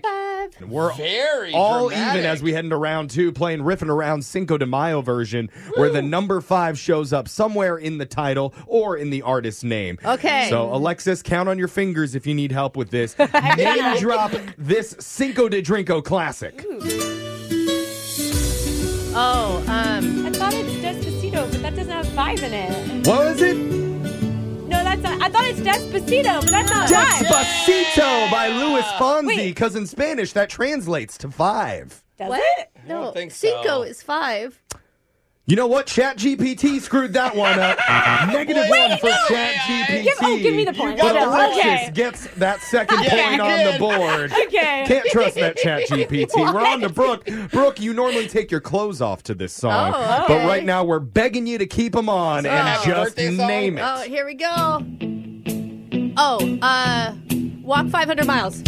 Speaker 4: We're
Speaker 3: Very
Speaker 4: all
Speaker 3: dramatic.
Speaker 4: even as we head into round two, playing riffing around Cinco de Mayo version, where the number five shows up somewhere in the title or in the artist's name.
Speaker 11: Okay.
Speaker 4: So Alexis, count on your fingers if you need help with this.
Speaker 11: I
Speaker 4: Name
Speaker 11: got it.
Speaker 4: drop this Cinco de Drinko classic.
Speaker 1: Oh, um. I thought it's Despacito, but that doesn't have five in it.
Speaker 4: What was it?
Speaker 1: No, that's not. I thought it's Despacito, but
Speaker 6: Uh,
Speaker 1: that's not five.
Speaker 4: Despacito by Luis Fonsi, because in Spanish that translates to five.
Speaker 6: What? No,
Speaker 4: think so.
Speaker 6: Cinco is five.
Speaker 4: You know what? Chat GPT screwed that one up. Negative
Speaker 6: Way
Speaker 4: one
Speaker 6: to
Speaker 4: for
Speaker 6: go,
Speaker 4: Chat
Speaker 6: AI.
Speaker 4: GPT.
Speaker 6: Give- oh, give me the point.
Speaker 4: But
Speaker 6: Okay.
Speaker 4: Alexis
Speaker 6: Okay.
Speaker 4: gets that second
Speaker 6: Okay,
Speaker 4: point on the
Speaker 6: good.
Speaker 4: board.
Speaker 6: Okay.
Speaker 4: Can't trust that Chat GPT. We're
Speaker 6: What?
Speaker 4: on to Brooke. Brooke, you normally take your clothes off to this song,
Speaker 6: Oh,
Speaker 4: but
Speaker 6: okay.
Speaker 4: right now we're begging you to keep them on and
Speaker 6: Oh.
Speaker 4: just name it.
Speaker 6: Oh, here we go. Oh, uh, walk 500 miles.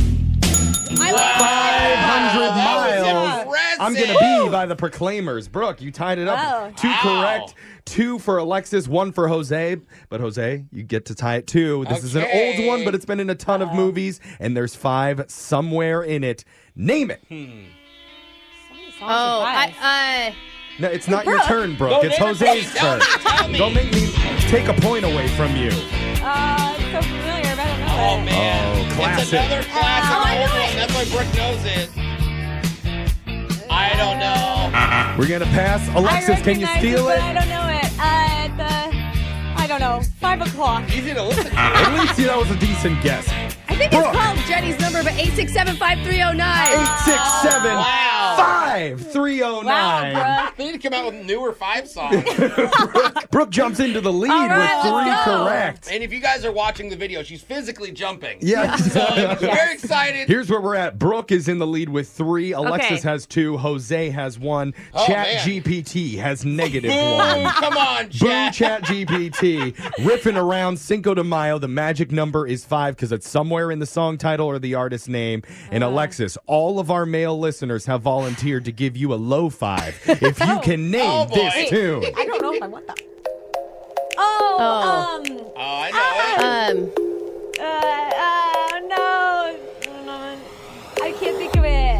Speaker 6: I
Speaker 4: miles. Oh, I'm going to be
Speaker 6: Woo!
Speaker 4: by the Proclaimers. Brooke, you tied it up.
Speaker 6: Wow.
Speaker 4: Two
Speaker 6: Wow.
Speaker 4: correct. Two for Alexis, one for Jose. But Jose, you get to tie it too. This is an old
Speaker 3: Okay.
Speaker 4: one, but it's been in a ton of movies, and there's five somewhere in it. Name it.
Speaker 6: Oh, I, uh,
Speaker 4: No, it's not your
Speaker 6: Brooke.
Speaker 4: turn, Brooke.
Speaker 6: No,
Speaker 4: it's
Speaker 6: name it,
Speaker 4: Jose's
Speaker 6: please. Tell
Speaker 4: turn. Don't make me take a point away from you.
Speaker 1: Uh, it's so familiar, but I don't know.
Speaker 3: Oh, man.
Speaker 4: Oh, classic.
Speaker 3: It's another classic. Oh, That's why Brooke knows it. I don't know.
Speaker 4: We're going to pass. Alexis, can you
Speaker 1: recognize
Speaker 4: steal
Speaker 1: but
Speaker 4: it?
Speaker 1: I don't know it. Uh, the, I don't know. Five o'clock.
Speaker 3: Easy to listen.
Speaker 4: At least you know it was a decent guess.
Speaker 6: I think it's called Jenny's number, but 867-5309.
Speaker 4: 867 oh, 5309.
Speaker 3: Um, They need to come out with newer five songs.
Speaker 4: Brooke jumps into the lead with three correct.
Speaker 3: And if you guys are watching the video, she's physically jumping.
Speaker 4: Yeah.
Speaker 3: So I'm very excited.
Speaker 4: Here's where we're at. Brooke is in the lead with three. Alexis
Speaker 3: Okay.
Speaker 4: has two. Jose has one.
Speaker 3: Oh,
Speaker 4: Chat
Speaker 3: man.
Speaker 4: GPT has negative
Speaker 3: Boo,
Speaker 4: one.
Speaker 3: come on,
Speaker 4: Boom, Chat GPT. Riffing around Cinco de Mayo. The magic number is five because it's somewhere in the song title or the artist name. And Alexis, all of our male listeners have volunteered to give you a low five if you can name
Speaker 3: Oh,
Speaker 6: Oh,
Speaker 4: this tune.
Speaker 1: I don't know if I want that. Oh,
Speaker 3: Oh.
Speaker 1: um.
Speaker 3: Oh, I
Speaker 6: know it. Um.
Speaker 1: Uh, uh, no. No, I can't think of it.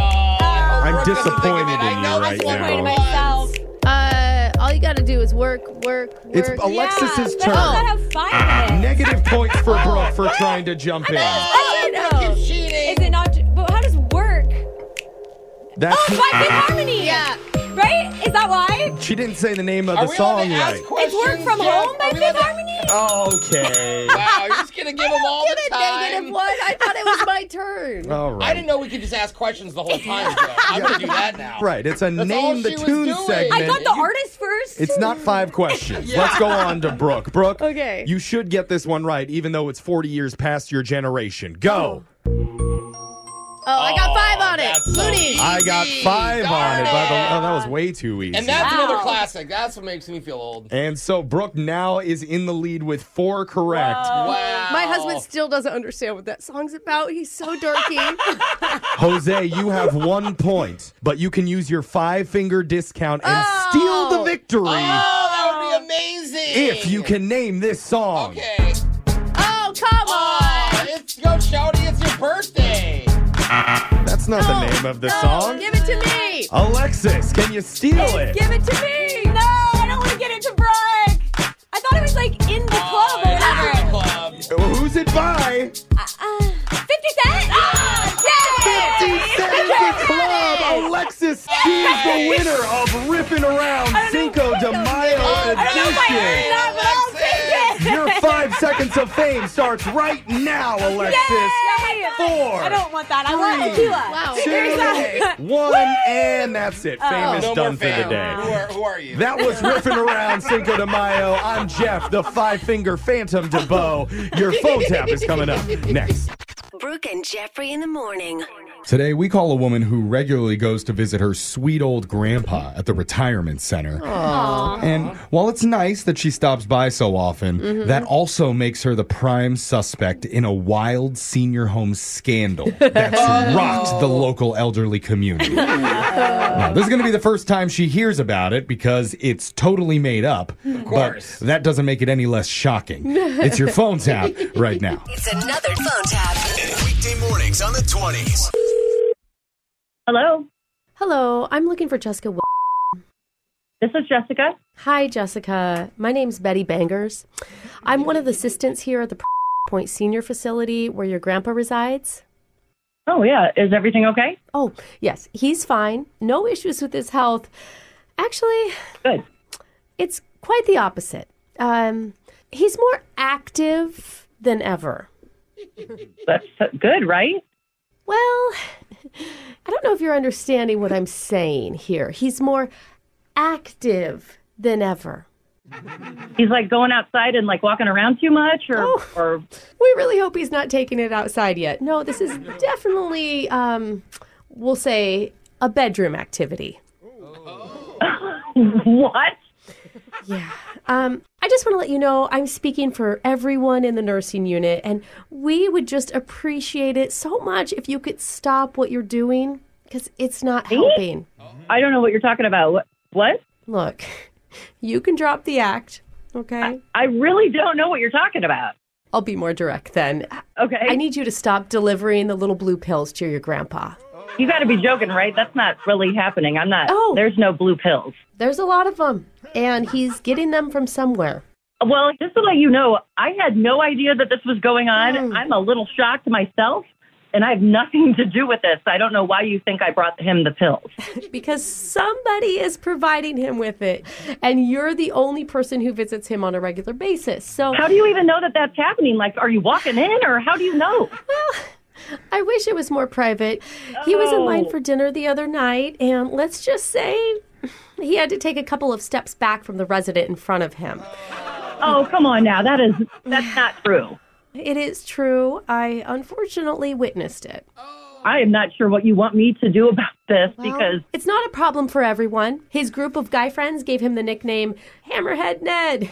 Speaker 4: I'm disappointed in you
Speaker 3: know
Speaker 4: right
Speaker 1: Disappointed in
Speaker 4: now.
Speaker 1: myself.
Speaker 6: Uh, all you got to do is work, work, work.
Speaker 4: It's Alexis's turn. Negative points for Brooke for trying to jump in.
Speaker 1: I don't know. Is it not? But how does work?
Speaker 4: That's
Speaker 1: Oh, Five Feet Harmony. Yeah. Right? Is that why?
Speaker 4: She didn't say the name of
Speaker 1: Are
Speaker 4: the
Speaker 1: we allowed
Speaker 4: song
Speaker 1: to
Speaker 4: right.
Speaker 1: It's work from home by Fifth Harmony.
Speaker 6: Oh.
Speaker 4: Okay.
Speaker 3: Wow, you're just gonna give them all
Speaker 6: Get
Speaker 3: the
Speaker 6: a
Speaker 3: time.
Speaker 6: negative one. I thought it was my turn.
Speaker 4: All right.
Speaker 3: I didn't know we could just ask questions the whole time. Joe. I'm gonna do that now.
Speaker 4: Right, it's a
Speaker 3: That's all
Speaker 4: name the
Speaker 3: she was
Speaker 4: tune
Speaker 3: doing.
Speaker 4: segment.
Speaker 1: I got the artist first.
Speaker 4: it's not five questions.
Speaker 1: Yeah.
Speaker 4: Let's go on to Brooke. Brooke,
Speaker 1: Okay.
Speaker 4: you should get this one right, even though it's 40 years past your generation. Go.
Speaker 6: Oh, I got five on it. Looney.
Speaker 4: I got five on it. By the, oh, that was way too easy.
Speaker 3: And that's
Speaker 6: Wow.
Speaker 3: another classic. That's what makes me feel old.
Speaker 4: And so Brooke now is in the lead with four correct.
Speaker 3: Oh.
Speaker 6: My husband still doesn't understand what that song's about. He's so dorky.
Speaker 4: Jose, you have one point, but you can use your five finger discount and steal the victory
Speaker 3: Oh, that would be amazing.
Speaker 4: if you can name this song.
Speaker 3: Okay.
Speaker 6: Oh, come
Speaker 3: on. It's go shouty, it's your birthday.
Speaker 4: That's not
Speaker 6: Oh,
Speaker 4: the name of the song.
Speaker 6: Give it to me.
Speaker 4: Alexis, can you steal it?
Speaker 1: Give it to me. No, I don't want to get it to Brooke. I thought it was like in the
Speaker 3: Oh,
Speaker 1: club or
Speaker 4: Ah!
Speaker 1: whatever.
Speaker 4: Who's it by?
Speaker 1: Fifty Cent. Ah, yay!
Speaker 4: 50 Cent is the club. Alexis, she's the winner of Ripping Around Cinco de Mayo Edition. Your five seconds of fame starts right now, Alexis.
Speaker 1: Yay!
Speaker 4: Four,
Speaker 1: I don't want that. I
Speaker 4: three,
Speaker 1: want tequila.
Speaker 4: two,
Speaker 1: Here's that.
Speaker 4: one, and that's it.
Speaker 1: Oh.
Speaker 4: Fame is
Speaker 3: No more
Speaker 4: done for the
Speaker 3: fame.
Speaker 4: day.
Speaker 3: Who are, who are you?
Speaker 4: That was riffing around Cinco de Mayo. I'm Jeff, the five finger phantom DeBow. Your phone tap is coming up next.
Speaker 8: Brooke and Jeffrey in the morning.
Speaker 4: Today, we call a woman who regularly goes to visit her sweet old grandpa at the retirement center.
Speaker 12: Aw.
Speaker 4: And while it's nice that she stops by so often,
Speaker 12: Mhm.
Speaker 4: that also makes her the prime suspect in a wild senior home scandal that's rocked the local elderly community.
Speaker 6: Oh.
Speaker 4: Now, this is going to be the first time she hears about it because it's totally made up. Of
Speaker 12: course.
Speaker 4: But that doesn't make it any less shocking. It's your phone tap right now.
Speaker 8: It's another phone tap. Weekday mornings on the 20s.
Speaker 13: Hello.
Speaker 2: Hello, I'm looking for Jessica. Wi-
Speaker 13: This is Jessica.
Speaker 2: Hi, Jessica. My name's Betty Bangers. I'm one of the assistants here at the Point Senior Facility where your grandpa resides.
Speaker 13: Oh, yeah. Is everything okay?
Speaker 2: Oh, yes. He's fine. No issues with his health. Actually,
Speaker 13: good.
Speaker 2: It's quite the opposite. Um, he's more active than ever.
Speaker 13: That's good, right?
Speaker 2: Well, I don't know if you're understanding what I'm saying here. He's more active than ever.
Speaker 13: He's like going outside and like walking around too much, or
Speaker 2: Oh.
Speaker 13: or
Speaker 2: We really hope he's not taking it outside yet. No, this is definitely, um, we'll say, a bedroom activity.
Speaker 13: what?
Speaker 2: Yeah. Um, I just want to let you know I'm speaking for everyone in the nursing unit, and we would just appreciate it so much if you could stop what you're doing because it's not helping.
Speaker 13: I don't know what you're talking about. What? What?
Speaker 2: Look, you can drop the act, okay?
Speaker 13: I really don't know what you're talking about.
Speaker 2: I'll be more direct then.
Speaker 13: Okay.
Speaker 2: I need you to stop delivering the little blue pills to your grandpa.
Speaker 13: You got to be joking, right? That's not really happening. I'm not. Oh. There's no blue pills.
Speaker 2: There's a lot of them, and he's getting them from somewhere.
Speaker 13: Well, just to let you know, I had no idea that this was going on.
Speaker 2: Mm.
Speaker 13: I'm a little shocked myself, and I have nothing to do with this. I don't know why you think I brought him the pills.
Speaker 2: because somebody is providing him with it, and you're the only person who visits him on a regular basis. So
Speaker 13: How do you even know that that's happening? Like, are you walking in, or how do you know?
Speaker 2: I wish it was more private. He was in line
Speaker 13: Oh.
Speaker 2: for dinner the other night, and let's just say he had to take a couple of steps back from the resident in front of him.
Speaker 13: Oh, come on now. That is that's not true.
Speaker 2: It is true. I unfortunately witnessed it.
Speaker 13: I am not sure what you want me to do about this because
Speaker 2: it's not a problem for everyone. His group of guy friends gave him the nickname Hammerhead Ned.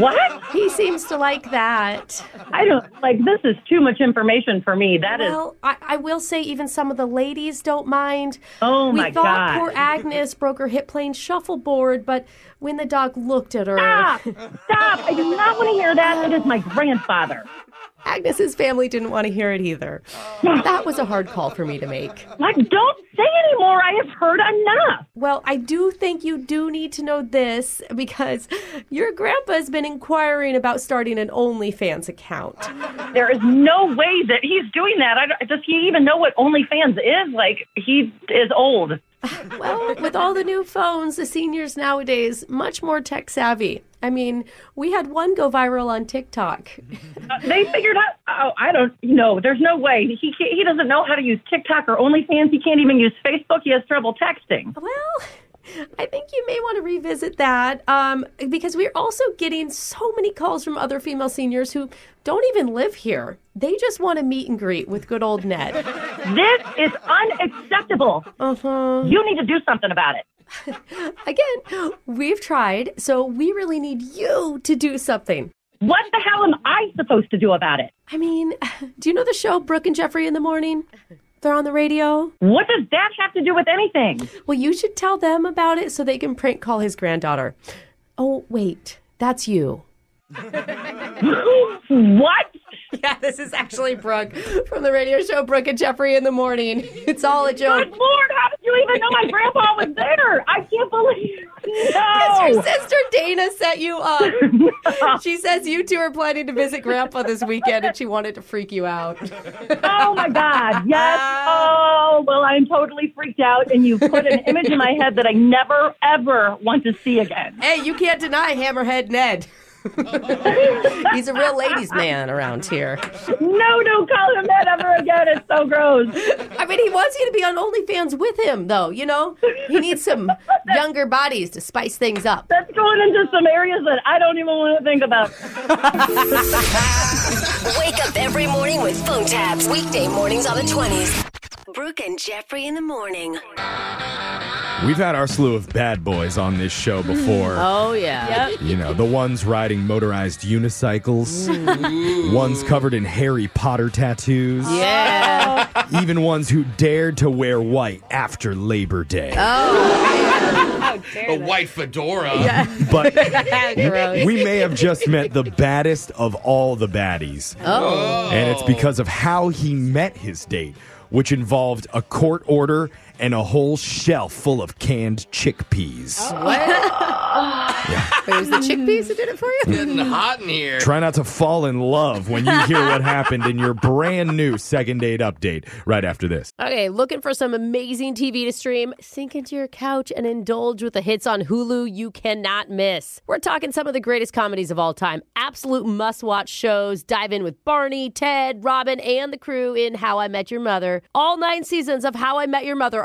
Speaker 13: What?
Speaker 2: He seems to like that.
Speaker 13: I don't like this is too much information for me. That is
Speaker 2: well, I, I will say even some of the ladies don't mind.
Speaker 13: Oh,
Speaker 2: we
Speaker 13: my
Speaker 2: thought
Speaker 13: God.
Speaker 2: poor Agnes broke her hip playing shuffleboard, but when the dog looked at her,
Speaker 13: stop! I do not want to hear that. It is my grandfather.
Speaker 2: Agnes's family didn't want to hear it either. That was a hard call for me to make.
Speaker 13: Like, don't say anymore. I have heard enough.
Speaker 2: Well, I do think you do need to know this because your grandpa's been inquiring about starting an OnlyFans account.
Speaker 13: there is no way that he's doing that. I don't, does he even know what OnlyFans is? Like he is old. Uh,
Speaker 2: Well, with all the new phones, the seniors nowadays much more tech savvy. I mean, we had one go viral on TikTok.
Speaker 13: Uh, they figured out. Oh, I don't know. There's no way he can't, he doesn't know how to use TikTok or OnlyFans. He can't even use Facebook. He has trouble texting.
Speaker 2: I think you may want to revisit that um, because we're also getting so many calls from other female seniors who don't even live here. They just want to meet and greet with good old Ned.
Speaker 13: This is unacceptable.
Speaker 2: Uh-huh.
Speaker 13: You need to do something about it.
Speaker 2: Again, we've tried, so we really need you to do something.
Speaker 13: What the hell am I supposed to do about it?
Speaker 2: I mean, do you know the show Brooke and Jeffrey in the Morning? They're on the radio.
Speaker 13: What does that have to do with anything?
Speaker 2: Well, you should tell them about it so they can prank call his granddaughter. Oh, wait, that's you.
Speaker 13: what?
Speaker 2: Yeah, this is actually Brooke from the radio show Brooke and Jeffrey in the Morning. It's all a joke.
Speaker 13: Good lord, how did you even know my grandpa was there? I can't believe. No.
Speaker 2: Because your sister Dana set you up. she says you two are planning to visit grandpa this weekend and she wanted to freak you out. Uh,
Speaker 13: Oh my God! Yes. Oh well, I'm totally freaked out, and you put an image in my head that I never ever want to see again.
Speaker 2: Hey, you can't deny Hammerhead Ned. He's a real ladies' man around here.
Speaker 13: No, don't call him that ever again. It's so gross.
Speaker 2: I mean, he wants you to be on OnlyFans with him, though. You know, he needs some younger bodies to spice things up.
Speaker 13: That's going into some areas that I don't even want to think about.
Speaker 8: Wake up every morning with phone taps. Weekday mornings on the 20s.
Speaker 14: Brooke and Jeffrey in the morning.
Speaker 4: We've had our slew of bad boys on this show before.
Speaker 7: Oh, yeah. Yep.
Speaker 4: You know, the ones riding motorized unicycles, ones covered in Harry Potter tattoos.
Speaker 7: Mm. Yeah.
Speaker 4: Even ones who dared to wear white after Labor Day.
Speaker 7: Oh.
Speaker 3: A white fedora.
Speaker 4: But we may have just met the baddest of all the baddies.
Speaker 7: Oh.
Speaker 4: And it's because of how he met his date, which involved a court order and a whole shelf full of canned chickpeas.
Speaker 7: What? Wait, was the chickpeas that did it for you?
Speaker 3: Getting hot in here.
Speaker 4: Try not to fall in love when you hear what happened in your brand new second date update right after this.
Speaker 2: Okay, looking for some amazing TV to stream? Sink into your couch and indulge with the hits on Hulu you cannot miss. We're talking some of the greatest comedies of all time, absolute must watch shows. Dive in with Barney, Ted, Robin, and the crew in How I Met Your Mother. All nine seasons of How I Met Your Mother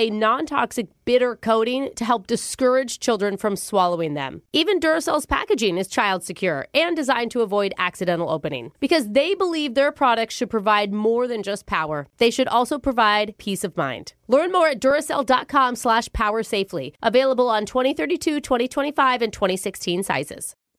Speaker 2: a non toxic bitter coating to help discourage children from swallowing them. Even Duracell's packaging is child secure and designed to avoid accidental opening because they believe their products should provide more than just power. They should also provide peace of mind. Learn more at Duracell.com slash power safely. Available on 2032, 2025, and 2016 sizes.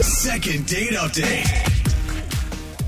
Speaker 8: Second date update.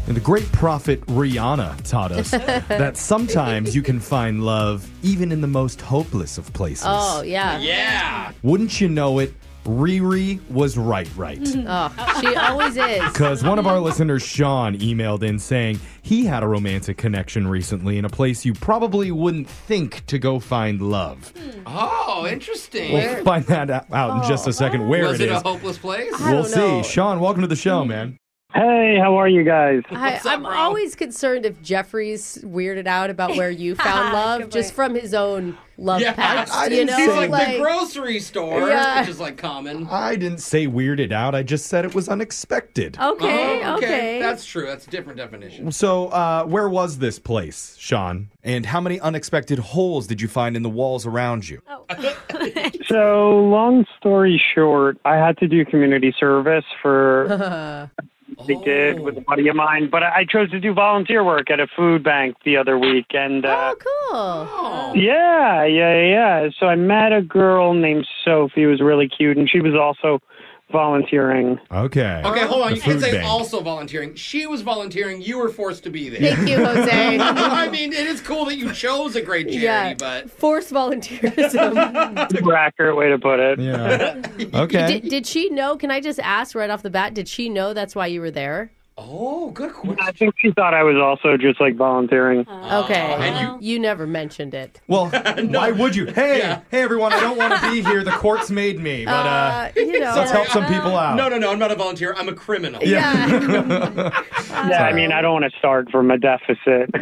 Speaker 4: And the great prophet Rihanna taught us that sometimes you can find love even in the most hopeless of places.
Speaker 7: Oh, yeah.
Speaker 3: Yeah.
Speaker 4: Wouldn't you know it? Riri was right, right.
Speaker 7: Oh, she always is.
Speaker 4: Because one of our listeners, Sean, emailed in saying he had a romantic connection recently in a place you probably wouldn't think to go find love.
Speaker 3: Oh, interesting.
Speaker 4: We'll find that out in just a second where
Speaker 3: Oh. was
Speaker 4: it
Speaker 3: it,
Speaker 4: is.
Speaker 3: a hopeless place?
Speaker 4: we'll see. Sean, welcome to the show, man.
Speaker 15: Hey, how are you guys?
Speaker 6: I, I'm always concerned if Jeffrey's weirded out about where you found love, just from his own love
Speaker 3: Yeah,
Speaker 6: past.
Speaker 3: I
Speaker 6: you
Speaker 3: didn't
Speaker 6: know,
Speaker 3: see like, the grocery store,
Speaker 6: Yeah.
Speaker 3: which is like common.
Speaker 4: I didn't say weirded out. I just said it was unexpected.
Speaker 6: Okay,
Speaker 3: Oh,
Speaker 6: okay.
Speaker 3: That's true. That's a different definition.
Speaker 4: So, uh, where was this place, Sean? And how many unexpected holes did you find in the walls around you?
Speaker 15: So, long story short, I had to do community service for they did with a buddy of mine. But I I chose to do volunteer work at a food bank the other week, and uh,
Speaker 3: Oh.
Speaker 7: Cool.
Speaker 15: yeah, yeah, yeah. So I met a girl named Sophie, who was really cute, and she was also volunteering.
Speaker 4: Okay.
Speaker 3: Okay, hold on.
Speaker 15: The
Speaker 3: you can't
Speaker 15: food
Speaker 3: say
Speaker 15: bank.
Speaker 3: also volunteering. She was volunteering. You were forced to be there.
Speaker 2: Thank you, Jose.
Speaker 3: I mean, it is cool that you chose a great charity,
Speaker 2: Yeah.
Speaker 3: but
Speaker 2: Forced volunteerism.
Speaker 15: More accurate way to put it.
Speaker 4: Yeah.
Speaker 2: Did, did she know? Can I just ask right off the bat? Did she know that's why you were there?
Speaker 3: Oh, good question.
Speaker 15: I think she thought I was also just like volunteering.
Speaker 3: Oh,
Speaker 2: okay. you, never mentioned it.
Speaker 4: Well, why would you? Hey, hey, everyone! I don't want to be here. The courts made me, but uh,
Speaker 2: you know.
Speaker 4: let's help some people out.
Speaker 3: No, no, no. I'm not a volunteer. I'm a criminal.
Speaker 15: yeah, I mean, I don't want to start from a deficit.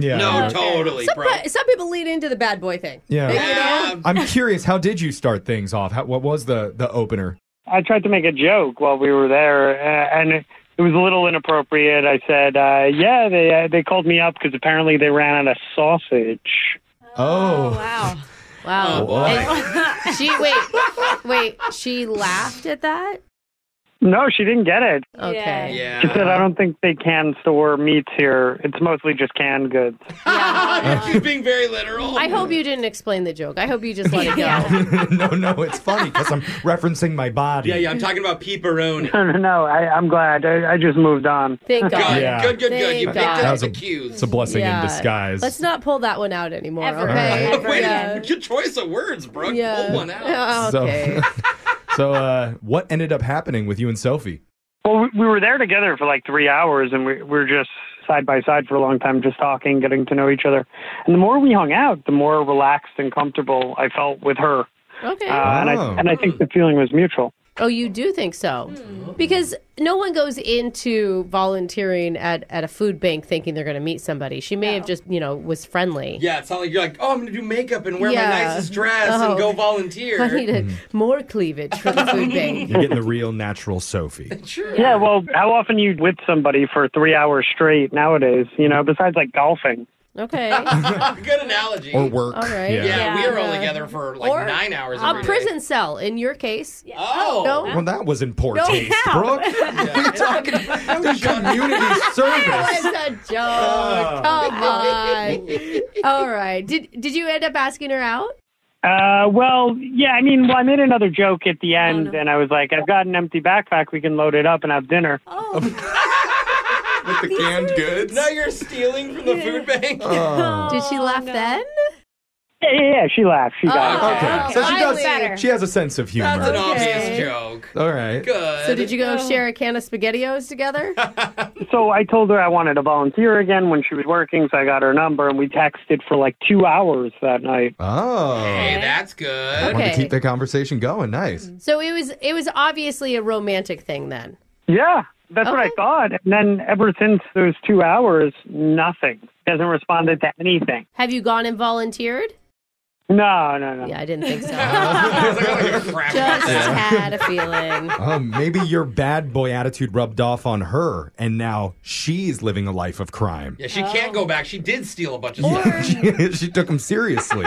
Speaker 4: Yeah.
Speaker 3: No,
Speaker 4: Okay.
Speaker 3: totally,
Speaker 2: Some,
Speaker 3: bro.
Speaker 2: pe- some people lead into the bad boy thing.
Speaker 4: Yeah.
Speaker 2: Yeah.
Speaker 4: I'm curious. How did you start things off? How, what was the the opener?
Speaker 15: I tried to make a joke while we were there, uh, and it was a little inappropriate. I said, uh, "Yeah, they uh, they called me up because apparently they ran out of sausage."
Speaker 4: Oh,
Speaker 2: wow, Wow. And she wait, wait. She laughed at that.
Speaker 15: No, she didn't get it.
Speaker 2: Okay.
Speaker 15: She said, "I don't think they can store meats here. It's mostly just canned goods."
Speaker 3: She's being very literal.
Speaker 2: I hope you didn't explain the joke. I hope you just let it go.
Speaker 4: no, no, it's funny because I'm referencing my body.
Speaker 3: Yeah, yeah. I'm talking about peeperoni.
Speaker 15: No, no, no. I, I'm glad. I, I just moved on.
Speaker 2: Thank God.
Speaker 3: Good,
Speaker 4: Yeah.
Speaker 3: good, good, good.
Speaker 2: Thank
Speaker 3: You picked
Speaker 2: God.
Speaker 3: up
Speaker 2: That was
Speaker 3: the
Speaker 4: a-
Speaker 3: cues.
Speaker 4: It's a blessing
Speaker 2: Yeah.
Speaker 4: in disguise.
Speaker 2: Let's not pull that one out anymore.
Speaker 3: Ever.
Speaker 2: Okay.
Speaker 3: All right. Wait,
Speaker 2: Yeah.
Speaker 3: Good choice of words, bro.
Speaker 2: Yeah.
Speaker 3: Pull one out.
Speaker 2: Yeah, okay.
Speaker 4: So, so uh, what ended up happening with you and Sophie?
Speaker 15: Well, we, we were there together for like three hours, and we, we were just side by side for a long time, just talking, getting to know each other. And the more we hung out, the more relaxed and comfortable I felt with her.
Speaker 2: Okay.
Speaker 15: Uh, and,
Speaker 4: Oh.
Speaker 15: I, and I think the feeling was mutual.
Speaker 2: oh, you do think so?
Speaker 3: Hmm.
Speaker 2: Because no one goes into volunteering at, at a food bank thinking they're going to meet somebody. She may have just, you know, was friendly.
Speaker 3: Yeah, it's not like you're like, oh, I'm gonna do makeup and wear my
Speaker 2: Yeah.
Speaker 3: nicest dress
Speaker 2: Oh.
Speaker 3: and go volunteer.
Speaker 2: I needed
Speaker 4: Mm-hmm.
Speaker 2: more cleavage for the food bank.
Speaker 4: You're getting the real natural Sophie.
Speaker 15: Yeah, well, how often are you with somebody for three hours straight nowadays, you know, besides like golfing?
Speaker 2: Okay.
Speaker 3: Good analogy.
Speaker 4: Or work.
Speaker 2: All right.
Speaker 3: Yeah, we were all
Speaker 2: Yeah.
Speaker 3: together for like
Speaker 2: Or
Speaker 3: nine hours.
Speaker 2: A
Speaker 3: every day.
Speaker 2: prison cell, in your case.
Speaker 3: Oh.
Speaker 2: No.
Speaker 4: Well, that was in poor
Speaker 2: No,
Speaker 4: taste,
Speaker 2: how?
Speaker 4: Brooke. Community
Speaker 2: That
Speaker 4: service.
Speaker 2: was a joke.
Speaker 4: Oh.
Speaker 2: Come on. All right. Did Did you end up asking her out?
Speaker 15: Uh, well, yeah, I mean, well, I made another joke at the end,
Speaker 3: Oh,
Speaker 15: and I was like, I've got an empty backpack. We can load it up and have dinner.
Speaker 2: Oh,
Speaker 4: With the canned goods. Uh,
Speaker 3: Now you're stealing from the food bank.
Speaker 4: Oh.
Speaker 2: Did she
Speaker 3: Oh,
Speaker 2: laugh then?
Speaker 15: Yeah, yeah, yeah. She laughed. She got it.
Speaker 4: Okay. So she
Speaker 2: Finally.
Speaker 4: does. She has a sense of humor.
Speaker 3: That's an obvious
Speaker 2: Okay.
Speaker 3: joke.
Speaker 4: All right.
Speaker 3: Good.
Speaker 2: So did you go share a can of SpaghettiOs together?
Speaker 15: So I told her I wanted to volunteer again when she was working, so I got her number, and we texted for like two hours that night.
Speaker 4: Oh.
Speaker 3: Hey, that's good.
Speaker 4: Want to
Speaker 2: Okay.
Speaker 4: keep the conversation going. Nice.
Speaker 2: So it was it was obviously a romantic thing then.
Speaker 15: Mm-hmm. Yeah, that's what I thought. And then ever since those two hours, nothing. She hasn't responded to anything.
Speaker 2: Have you gone and volunteered?
Speaker 15: No, no, no.
Speaker 2: Yeah, I didn't think so.
Speaker 3: Crap.
Speaker 2: Just
Speaker 4: oh, Yeah.
Speaker 2: had a feeling.
Speaker 4: Um, maybe your bad boy attitude rubbed off on her, and now she's living a life of crime.
Speaker 3: Yeah, she can't go back. She did steal a bunch of
Speaker 4: Yeah,
Speaker 3: stuff.
Speaker 4: she, she took him seriously.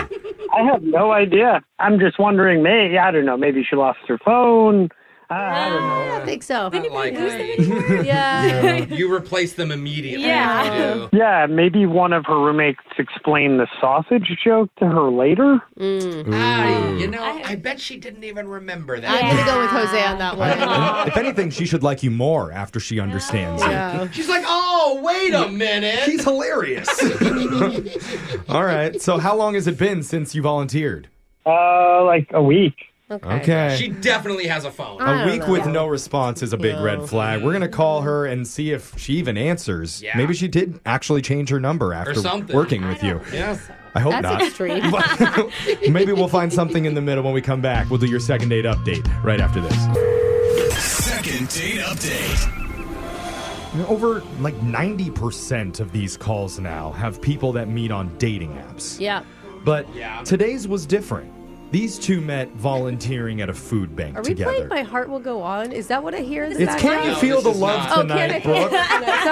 Speaker 15: I have no idea. I'm just wondering. Maybe I don't know. Maybe she lost her phone. I, I don't know.
Speaker 2: I think so.
Speaker 3: Like,
Speaker 2: Yeah.
Speaker 3: you replace them immediately.
Speaker 2: Yeah.
Speaker 3: You do.
Speaker 15: Yeah, maybe one of her roommates explained the sausage joke to her later.
Speaker 3: Ah, you know, I bet she didn't even remember that.
Speaker 2: I'm gonna go with Jose on that one.
Speaker 4: And if anything, she should like you more after she understands
Speaker 2: Yeah.
Speaker 3: She's like, oh, wait a minute.
Speaker 4: it. He's hilarious.
Speaker 15: Ah.
Speaker 4: All right. So, how long has it been since you volunteered?
Speaker 15: Uh, like a week.
Speaker 4: Okay.
Speaker 3: She definitely has a phone.
Speaker 4: a week with no response is a big red flag. We're gonna call her and see if she even answers.
Speaker 3: Yeah.
Speaker 4: Maybe she did actually change her number after
Speaker 3: something.
Speaker 4: working with you.
Speaker 3: Yes.
Speaker 4: I hope
Speaker 2: That's
Speaker 4: not.
Speaker 2: extreme.
Speaker 4: Maybe we'll find something in the middle when we come back. We'll do your second date update right after this.
Speaker 8: Second date update.
Speaker 4: Over like 90% of these calls now have people that meet on dating apps.
Speaker 2: Yeah.
Speaker 4: But today's was different. These two met volunteering at a food bank
Speaker 2: Are we
Speaker 4: together.
Speaker 2: playing My Heart Will Go On? Is that what I hear? in the
Speaker 4: It's Can You
Speaker 2: background?
Speaker 4: Feel No, the this is Love not.
Speaker 2: Oh, can
Speaker 4: Tonight,
Speaker 2: I-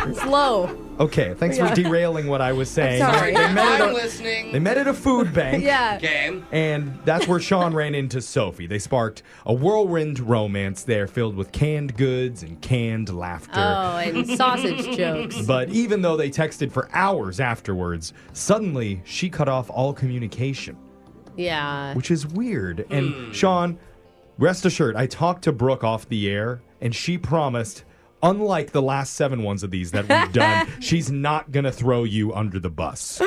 Speaker 2: Sorry. It's low.
Speaker 4: Okay, thanks
Speaker 2: Yeah.
Speaker 4: for derailing what I was saying.
Speaker 2: sorry.
Speaker 4: They met,
Speaker 2: Um,
Speaker 3: I'm
Speaker 4: at
Speaker 3: listening.
Speaker 4: a, they met at a food bank.
Speaker 2: Yeah.
Speaker 3: Game.
Speaker 4: And that's where Sean ran into Sophie. They sparked a whirlwind romance there filled with canned goods and canned laughter.
Speaker 6: Oh, and sausage jokes.
Speaker 4: But even though they texted for hours afterwards, suddenly she cut off all communication,
Speaker 6: Yeah.
Speaker 4: which is weird.
Speaker 2: Hmm.
Speaker 4: And Sean, rest assured, I talked to Brooke off the air, and she promised, unlike the last seven ones of these that we've done, she's not going to throw you under the bus.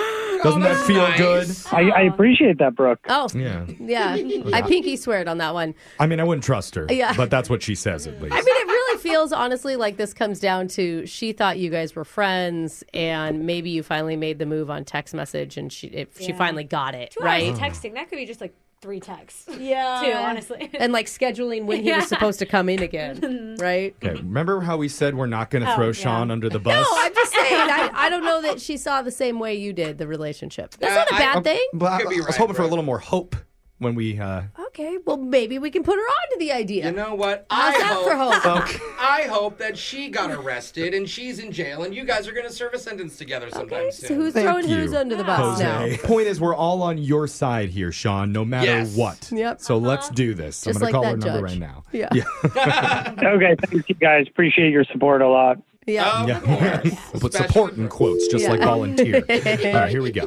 Speaker 4: Doesn't that feel good?
Speaker 15: I, I appreciate that, Brooke.
Speaker 2: Oh.
Speaker 4: Yeah.
Speaker 2: Yeah. I pinky sweared on that one.
Speaker 4: I mean, I wouldn't trust her,
Speaker 2: Yeah.
Speaker 4: but that's what she says at least.
Speaker 2: I mean, it really feels honestly like this comes down to she thought you guys were friends, and maybe you finally made the move on text message, and she it, she
Speaker 1: Yeah.
Speaker 2: finally got it
Speaker 1: Two
Speaker 2: right.
Speaker 4: Oh.
Speaker 1: hours of texting. That could be just like three texts.
Speaker 2: Yeah.
Speaker 1: Two, honestly.
Speaker 2: Uh, and like scheduling when he
Speaker 1: Yeah.
Speaker 2: was supposed to come in again, right?
Speaker 4: Okay, remember how we said we're not going to
Speaker 2: Oh,
Speaker 4: throw
Speaker 2: yeah.
Speaker 4: Sean under the bus?
Speaker 2: No, I'm just saying. I, I don't know that she saw the same way you did the relationship. That's not a bad
Speaker 4: I'm-
Speaker 2: thing.
Speaker 4: but I, I was hoping for a little more hope when we. Uh,
Speaker 2: Okay, well maybe we can put her on to the idea. You
Speaker 3: know what?
Speaker 2: How's
Speaker 3: I
Speaker 2: that
Speaker 3: hope-
Speaker 2: for hope?
Speaker 3: I hope that she got arrested and she's in jail and you guys are going to serve a sentence together sometime soon.
Speaker 2: So who's
Speaker 4: Thank
Speaker 2: throwing
Speaker 4: you,
Speaker 2: who's under the bus
Speaker 4: Jose.
Speaker 2: now?
Speaker 4: Point is, we're all on your side here, Sean, no matter
Speaker 2: Yes.
Speaker 4: what.
Speaker 2: Yep. Uh-huh.
Speaker 4: So let's do this.
Speaker 2: Just
Speaker 4: I'm going
Speaker 2: like
Speaker 4: to call
Speaker 2: that
Speaker 4: her number
Speaker 2: judge.
Speaker 4: right now.
Speaker 2: Yeah.
Speaker 15: okay, thank you guys. Appreciate your support a lot.
Speaker 2: Yeah.
Speaker 3: Oh.
Speaker 4: Oh, yeah. we'll put support in quotes, just
Speaker 2: Yeah.
Speaker 4: like volunteer. all right, here we go.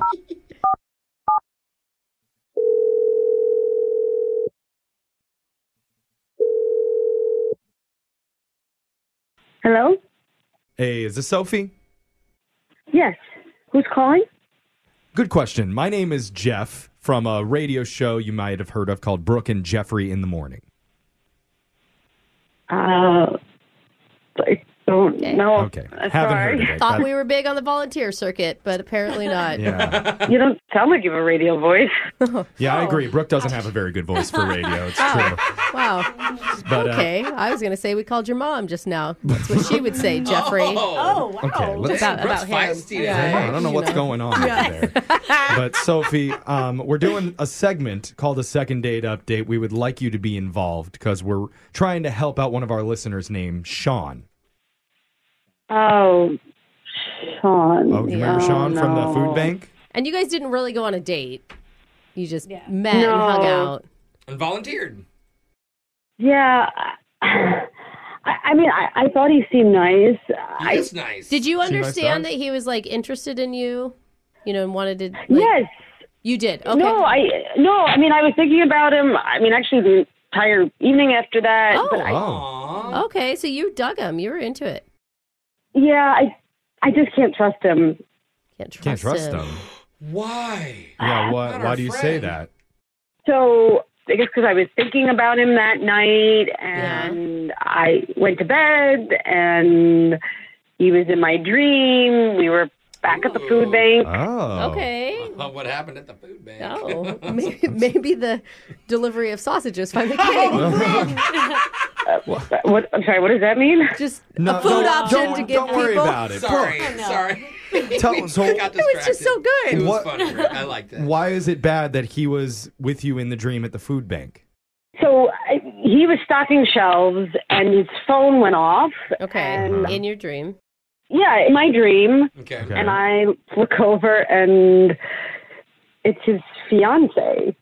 Speaker 16: Hello?
Speaker 4: Hey, is this Sophie?
Speaker 16: Yes. Who's calling?
Speaker 4: Good question. My name is Jeff from a radio show you might have heard of called Brooke and Jeffrey in the Morning.
Speaker 16: Uh, I don't know.
Speaker 4: Okay. Haven't heard of it.
Speaker 2: Thought
Speaker 4: That-
Speaker 2: we were big on the volunteer circuit, but apparently not.
Speaker 4: Yeah.
Speaker 16: You don't sound like you have a radio voice.
Speaker 4: Yeah, I agree. Brooke doesn't have a very good voice for radio. It's
Speaker 2: Oh.
Speaker 4: true.
Speaker 2: Wow.
Speaker 4: But, uh,
Speaker 2: okay. I was going to say we called your mom just now. That's what she would say, Jeffrey.
Speaker 3: Oh,
Speaker 4: wow. Okay, let's-
Speaker 2: about,
Speaker 4: Brooke's
Speaker 2: about him.
Speaker 4: feisty today. I don't know what's going on over there. But Sophie, um, we're doing a segment called a second date update. We would like you to be involved because we're trying to help out one of our listeners named Sean.
Speaker 16: Oh, Sean.
Speaker 4: Oh, you remember Sean from the food bank?
Speaker 2: And you guys didn't really go on a date. You just met
Speaker 16: No.
Speaker 2: and hung out.
Speaker 3: And volunteered.
Speaker 16: Yeah. I, I mean, I, I thought he seemed nice. I,
Speaker 3: It's nice.
Speaker 2: Did you
Speaker 16: See my
Speaker 2: understand
Speaker 16: side?
Speaker 2: that he was like interested in you? You know, and wanted to. like-
Speaker 16: Yes.
Speaker 2: You did. Okay.
Speaker 16: No, I no. I mean, I was thinking about him. I mean, actually, the entire evening after that.
Speaker 2: Oh.
Speaker 16: but I,
Speaker 2: Okay, so you dug him. You were into it.
Speaker 16: yeah. I I just can't trust him.
Speaker 2: Can't trust,
Speaker 4: Can't trust him.
Speaker 3: Why?
Speaker 4: Yeah, why, why do you say that?
Speaker 16: So I guess because I was thinking about him that night, and I went to bed, and he was in my dream. We were back at the food bank.
Speaker 4: Oh.
Speaker 2: Okay.
Speaker 3: what happened at the food bank?
Speaker 2: Oh, maybe, maybe the delivery of sausages finally
Speaker 3: Oh,
Speaker 2: came.
Speaker 16: What? I'm sorry. What does that mean?
Speaker 2: Just
Speaker 16: Uh, no,
Speaker 2: a food
Speaker 16: don't-
Speaker 2: option
Speaker 16: don't-
Speaker 2: to give
Speaker 16: don't worry
Speaker 2: people.
Speaker 16: about it.
Speaker 3: Sorry,
Speaker 16: Brooke.
Speaker 3: sorry.
Speaker 4: Tell- so-
Speaker 3: I got
Speaker 4: It was just
Speaker 3: distracted.
Speaker 4: so good.
Speaker 3: It was
Speaker 4: What-
Speaker 3: funny. Rick. I liked it.
Speaker 4: Why is it bad that he was with you in the dream at the food bank?
Speaker 16: So I, he was stocking shelves, and his phone went off.
Speaker 2: Okay.
Speaker 16: And
Speaker 2: In your dream.
Speaker 16: yeah, in my dream.
Speaker 3: Okay.
Speaker 16: And I look over, and it's his fiance.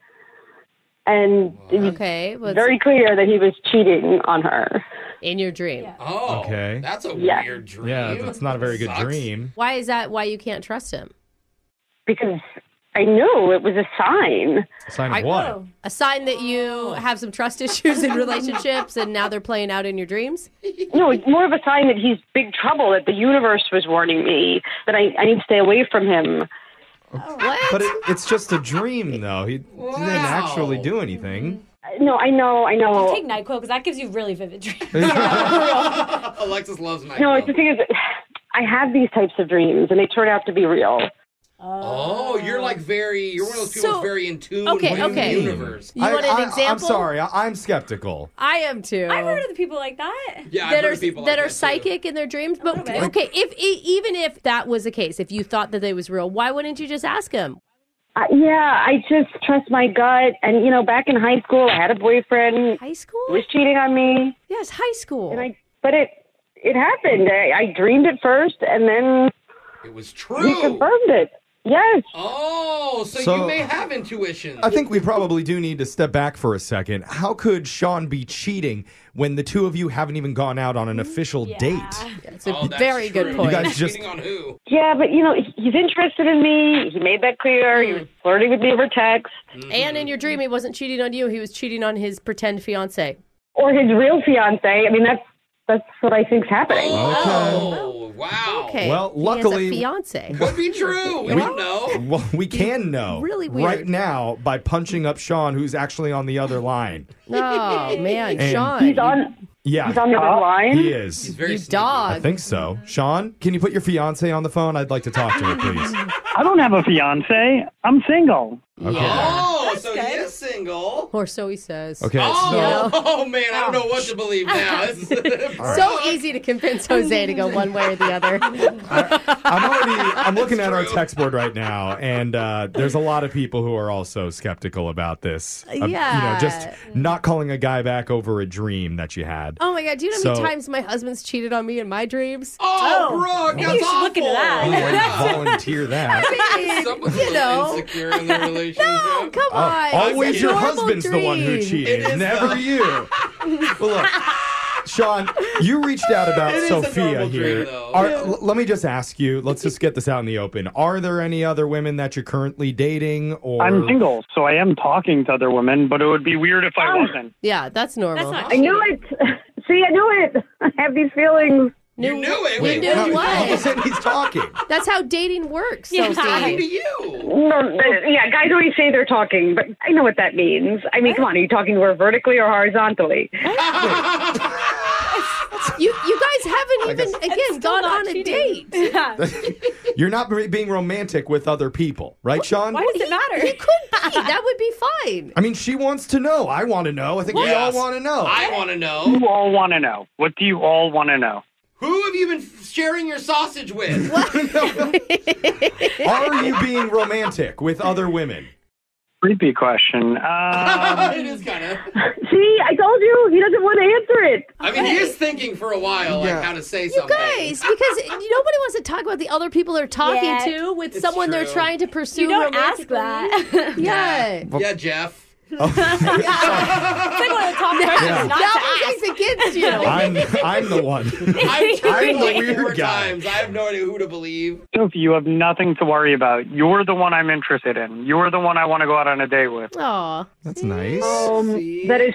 Speaker 16: And it was
Speaker 2: Okay. Well,
Speaker 16: very clear that he was cheating on her.
Speaker 2: in your dream.
Speaker 3: Oh.
Speaker 4: Okay.
Speaker 3: That's a
Speaker 16: Yeah.
Speaker 3: weird dream.
Speaker 4: Yeah, that's not a very good dream.
Speaker 2: Why is that why you can't trust him?
Speaker 16: because I knew it was a sign.
Speaker 4: Sign
Speaker 2: I- A sign that you have some trust issues in relationships and now they're playing out in your dreams?
Speaker 16: No, it's more of a sign that he's big trouble, that the universe was warning me, that I, I need to stay away from him.
Speaker 4: But it, it's just a dream, though. He didn't actually do anything.
Speaker 16: No, I know, I know.
Speaker 1: Oh, Take NyQuil because that gives you really vivid dreams.
Speaker 3: Alexis loves night.
Speaker 16: No, it's the thing is, I have these types of dreams, and they turn out to be real.
Speaker 3: Oh, you're like very. You're one of those people
Speaker 2: So-
Speaker 3: that's very in tune
Speaker 2: okay,
Speaker 3: with
Speaker 2: okay.
Speaker 3: the universe.
Speaker 2: You want an
Speaker 4: I, am
Speaker 2: example?
Speaker 4: sorry. I, I'm skeptical.
Speaker 2: I am too.
Speaker 1: I've heard of the people like that.
Speaker 4: Yeah, I've
Speaker 2: that
Speaker 4: heard
Speaker 2: are
Speaker 4: of people
Speaker 2: that
Speaker 4: like
Speaker 2: are
Speaker 4: that, too.
Speaker 2: psychic in their dreams, but okay, if e- even if that was the case, if you thought that they was real, why wouldn't you just ask him?
Speaker 16: Uh, yeah, I just trust my gut. And, you know, back in high school, I had a boyfriend.
Speaker 17: High school?
Speaker 16: Who was cheating on me.
Speaker 17: Yes, high school.
Speaker 16: And I, but it it happened. I, I dreamed it first, and then
Speaker 3: It was
Speaker 16: he
Speaker 3: true.
Speaker 16: confirmed it. Yes.
Speaker 3: Oh, so,
Speaker 4: So-
Speaker 3: you may have intuition.
Speaker 4: I think we probably do need to step back for a second. How could Sean be cheating when the two of you haven't even gone out
Speaker 6: Mm,
Speaker 4: on an official date?
Speaker 17: It's
Speaker 3: oh,
Speaker 16: a very good
Speaker 4: You guys just
Speaker 16: Yeah, but, you know, he- he's interested in me. He made that clear. He was flirting with me over text.
Speaker 6: And
Speaker 3: Mm-hmm.
Speaker 6: in your dream, he wasn't cheating on you. He was cheating on his pretend fiance.
Speaker 16: Or his real fiance. I mean, that's that's what I think's happening.
Speaker 3: Oh, wow.
Speaker 6: Okay.
Speaker 4: Well,
Speaker 6: He has a
Speaker 4: luckily-
Speaker 6: fiance.
Speaker 3: Could be true. We don't know.
Speaker 4: Well, we can know
Speaker 6: Really weird.
Speaker 4: right now by punching up Sean, who's actually on the other line.
Speaker 6: Oh man,
Speaker 4: And-
Speaker 6: Sean,
Speaker 4: He's
Speaker 16: on.
Speaker 4: Yeah,
Speaker 16: He's on the other line?
Speaker 4: He is.
Speaker 6: you dog.
Speaker 4: I think so. Sean, can you put your fiance on the phone? I'd like to talk to her, please.
Speaker 16: I don't have a fiance. I'm single.
Speaker 4: Okay.
Speaker 3: Oh, so he is single.
Speaker 6: Or so he says.
Speaker 4: Okay,
Speaker 3: Oh,
Speaker 4: so-
Speaker 3: oh, man, I don't know what to believe now. This is-
Speaker 6: So easy to convince Jose to go one way or the other.
Speaker 4: I'm already. I'm looking at our text board right now, and uh, there's a lot of people who are also skeptical about this. Um, You
Speaker 6: Yeah.
Speaker 4: know, just not calling a guy back over a dream that you had.
Speaker 6: Oh my god, do you know how many
Speaker 4: So-
Speaker 6: times my husband's cheated on me in my dreams?
Speaker 3: Oh, Brooke,
Speaker 6: You
Speaker 3: that's
Speaker 6: should look into
Speaker 3: awful. Oh,
Speaker 4: Who
Speaker 6: that.
Speaker 4: would oh, volunteer that?
Speaker 3: Someone's a
Speaker 6: you
Speaker 3: little
Speaker 6: know.
Speaker 3: insecure in the relationship. no,
Speaker 6: come
Speaker 4: Oh, always your
Speaker 6: normal
Speaker 4: husband's the one who
Speaker 6: dream.
Speaker 4: cheated,
Speaker 3: It is
Speaker 4: never
Speaker 3: the-
Speaker 4: you. Well, look, Sean, you reached out about
Speaker 3: It is a
Speaker 4: Sophia
Speaker 3: normal
Speaker 4: here.
Speaker 3: dream, though.
Speaker 4: Are- l- let me just ask you. Let's just get this out in the open. Are there any other women that you're currently dating? Or
Speaker 16: I'm single, so I am talking to other women, but it would be weird if I wasn't.
Speaker 6: Yeah, that's normal.
Speaker 16: I knew it. See, I knew it. I have these feelings.
Speaker 6: Knew-
Speaker 3: knew it.
Speaker 6: You knew
Speaker 4: no, All of a
Speaker 6: what?
Speaker 4: sudden he's talking.
Speaker 6: That's how dating works,
Speaker 16: Yeah.
Speaker 6: Sophie.
Speaker 3: to you.
Speaker 16: No, but- yeah, guys always say they're talking, but I know what that means. I mean, come on, are you talking over vertically or horizontally?
Speaker 6: You you guys haven't even again gone
Speaker 2: not
Speaker 6: on a
Speaker 2: cheating.
Speaker 6: date.
Speaker 4: You're not re- being romantic with other people, right, Sean?
Speaker 2: Why does it matter?
Speaker 6: He could be. That would be fine.
Speaker 4: I mean, she wants to know. I want to know. I think we all
Speaker 3: Yes.
Speaker 4: want to know.
Speaker 3: I want to know.
Speaker 16: You all want to know. What do you all want to know?
Speaker 3: Who have you been sharing your sausage with?
Speaker 4: Are you being romantic with other women?
Speaker 16: Creepy question. Uh,
Speaker 3: it is kind of.
Speaker 16: see, I told you he doesn't want to answer it.
Speaker 3: I mean, he is thinking for a while, like how to say
Speaker 6: You
Speaker 3: something.
Speaker 6: guys, because nobody wants to talk about the other people they're talking
Speaker 2: Yeah.
Speaker 6: to with
Speaker 3: It's
Speaker 6: someone they're
Speaker 3: true.
Speaker 6: trying to pursue.
Speaker 2: You don't ask
Speaker 6: romantically.
Speaker 2: that.
Speaker 6: Yeah.
Speaker 3: Yeah, Jeff.
Speaker 2: it's like one of the top questions
Speaker 4: Oh, Yeah.
Speaker 2: not
Speaker 6: That
Speaker 2: to ask.
Speaker 6: one goes agatright against you.
Speaker 4: I'm I'm the one.
Speaker 3: I've tried
Speaker 4: I'm the
Speaker 3: like
Speaker 4: weird
Speaker 3: four
Speaker 4: guy.
Speaker 3: times. I have no idea who to believe.
Speaker 16: Sophie, you have nothing to worry about. You're the one I'm interested in. You're the one I want to go out on a date with.
Speaker 6: Aw.
Speaker 4: That's nice.
Speaker 3: See?
Speaker 16: Um, That is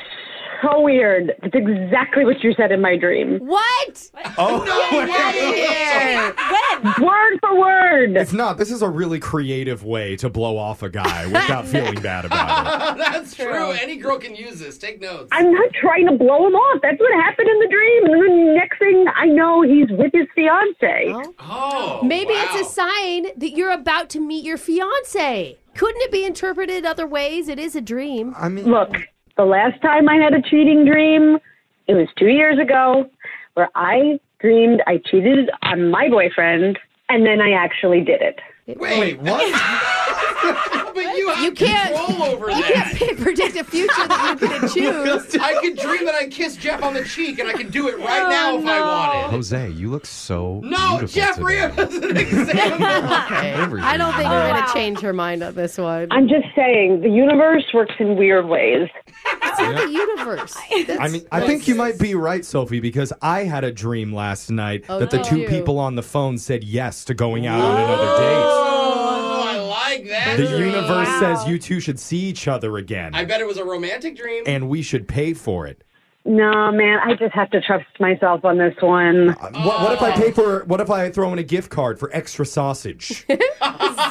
Speaker 16: so weird. That's exactly what you said in my dream.
Speaker 6: What?
Speaker 4: Oh,
Speaker 2: When?
Speaker 16: Word for word.
Speaker 4: it's not. This is a really creative way to blow off a guy without feeling bad about it.
Speaker 3: That's true. Any girl can use this. Take notes.
Speaker 16: I'm not trying to blow him off. That's what happened in the dream. And the next thing I know, he's with his fiance.
Speaker 3: oh,
Speaker 6: Maybe
Speaker 3: wow.
Speaker 6: it's a sign that you're about to meet your fiance. Couldn't it be interpreted other ways? It is a dream.
Speaker 4: I mean,
Speaker 16: Look, the last time I had a cheating dream, it was two years ago, where I dreamed I cheated on my boyfriend, and then I actually did it.
Speaker 3: Wait,
Speaker 4: wait, what?
Speaker 3: but you have
Speaker 6: You can't-
Speaker 3: control over
Speaker 6: You
Speaker 3: that.
Speaker 6: can't predict a future that you're going to choose. Oh,
Speaker 3: I could dream that I kissed Jeff on the cheek, and I could do it right now if I wanted.
Speaker 18: Jose, you look so
Speaker 3: No, Jeff Rhea is an example.
Speaker 6: I don't think you're going to change her mind on this one.
Speaker 16: Oh, I'm just saying, the universe works in weird ways.
Speaker 6: It's not the universe.
Speaker 4: I mean, I think you might be right, Sophie, because I had a dream last night
Speaker 6: Oh,
Speaker 4: that the
Speaker 6: did
Speaker 4: two
Speaker 6: you?
Speaker 4: people on the phone said yes to going out on another
Speaker 3: oh, I like that.
Speaker 4: date. The
Speaker 3: dream.
Speaker 4: universe says you two should see each other again,
Speaker 3: I bet it was a romantic dream.
Speaker 4: and we should pay for it.
Speaker 16: No, man, I just have to trust myself on this one.
Speaker 4: Uh, What, what if I pay for? What if I throw in a gift card for extra sausage?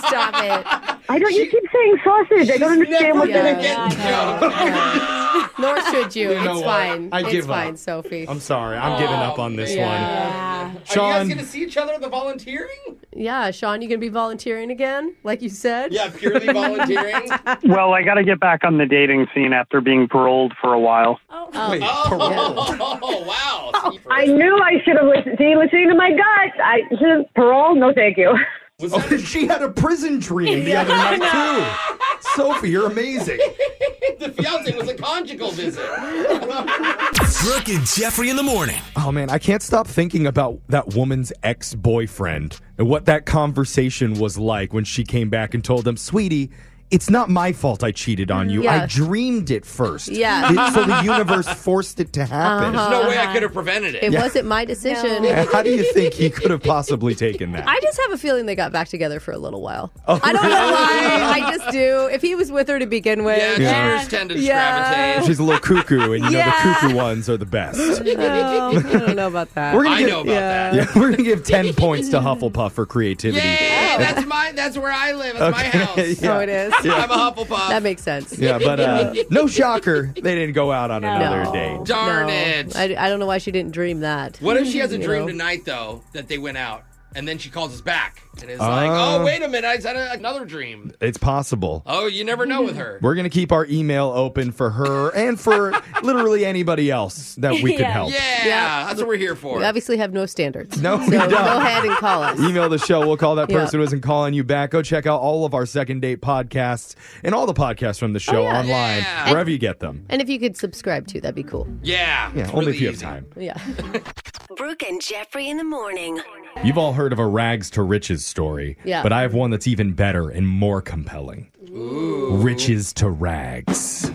Speaker 6: Stop it.
Speaker 16: I don't. You keep saying sausage. I don't understand
Speaker 3: Never
Speaker 16: what
Speaker 3: gonna
Speaker 16: that
Speaker 6: is.
Speaker 3: get
Speaker 6: Yeah,
Speaker 3: Jeff.
Speaker 6: Nor should you.
Speaker 4: know what?
Speaker 6: it's fine.
Speaker 4: I
Speaker 6: it's
Speaker 4: give up.
Speaker 6: fine, Sophie.
Speaker 4: I'm sorry, I'm giving up on this
Speaker 6: Yeah.
Speaker 3: Oh, Are you
Speaker 4: Sean-
Speaker 3: guys gonna see each other at the volunteering?
Speaker 6: Yeah, Sean, you going to be volunteering again, like you said?
Speaker 3: Yeah, purely volunteering.
Speaker 16: is. Well, I got to get back on the dating scene after being paroled for a while.
Speaker 4: one. Wait, parole.
Speaker 3: oh wow!
Speaker 16: I knew I should have listened. See, listening to my gut. I should parole. No, thank you.
Speaker 4: Oh, she had a prison dream the other
Speaker 3: Yeah, I
Speaker 4: night too. Sophie, you're amazing.
Speaker 3: the fiance was a conjugal visit.
Speaker 10: Brooke and Jeffrey in the morning.
Speaker 4: Oh man, I can't stop thinking about that woman's ex-boyfriend and what that conversation was like when she came back and told him, "Sweetie, it's not my fault I cheated
Speaker 6: Mm,
Speaker 4: on you. I
Speaker 2: Yes.
Speaker 4: dreamed it first.
Speaker 2: Yes.
Speaker 4: It- so the universe forced it to happen.
Speaker 3: There's no
Speaker 6: Uh-huh.
Speaker 3: way I could have prevented it.
Speaker 6: It
Speaker 4: Yeah.
Speaker 6: wasn't my decision.
Speaker 4: And How do you think he could have possibly taken that?
Speaker 6: I just have a feeling they got back together for a little while.
Speaker 4: Oh,
Speaker 6: I don't know
Speaker 4: really?
Speaker 6: why. I just do. If he was with her to begin with,
Speaker 4: Yeah, Yeah. cheaters
Speaker 3: tend to
Speaker 6: yeah.
Speaker 4: She's a little cuckoo, and you know
Speaker 6: Yeah.
Speaker 4: the cuckoo ones are the best.
Speaker 6: Oh, I don't know about that.
Speaker 4: We're gonna give, Yeah, we're gonna give ten points to Hufflepuff for creativity.
Speaker 3: Hey, that's my. That's where I live. It's my
Speaker 4: Okay.
Speaker 3: house.
Speaker 4: Yeah.
Speaker 6: Oh, it is.
Speaker 4: Yeah.
Speaker 3: I'm a Hufflepuff.
Speaker 6: That makes sense.
Speaker 4: Yeah, but uh, no shocker, they didn't go out on
Speaker 6: No.
Speaker 4: another
Speaker 6: No.
Speaker 4: date.
Speaker 3: Darn
Speaker 6: No.
Speaker 3: it.
Speaker 6: I, I don't know why she didn't dream that.
Speaker 3: What if she has a
Speaker 6: You
Speaker 3: dream
Speaker 6: know?
Speaker 3: tonight though that they went out and then she calls us back and is like, "Oh
Speaker 4: Ah.
Speaker 3: wait a minute, I had a- another dream."
Speaker 4: It's possible.
Speaker 3: Oh, you never know with her.
Speaker 4: We're gonna keep our email open for her and for literally anybody else that we could
Speaker 6: Yeah.
Speaker 4: help.
Speaker 3: Yeah, that's what we're here for.
Speaker 6: We obviously have no standards.
Speaker 4: No,
Speaker 6: so
Speaker 4: we don't.
Speaker 6: Go ahead and call us.
Speaker 4: Email the show. We'll call that
Speaker 6: Yeah.
Speaker 4: person who isn't calling you back. Go check out all of our second date podcasts and all the podcasts from the
Speaker 3: Oh,
Speaker 4: show
Speaker 6: yeah.
Speaker 4: online,
Speaker 6: Yeah.
Speaker 4: wherever you get them.
Speaker 6: And if you could subscribe too, that'd be cool.
Speaker 3: Yeah.
Speaker 4: Yeah, only if you have time.
Speaker 6: Yeah.
Speaker 8: Brooke and Jeffrey in the morning.
Speaker 4: You've all heard of a rags to riches story,
Speaker 8: Yeah.
Speaker 4: but I have one that's even better and more compelling. Riches to rags.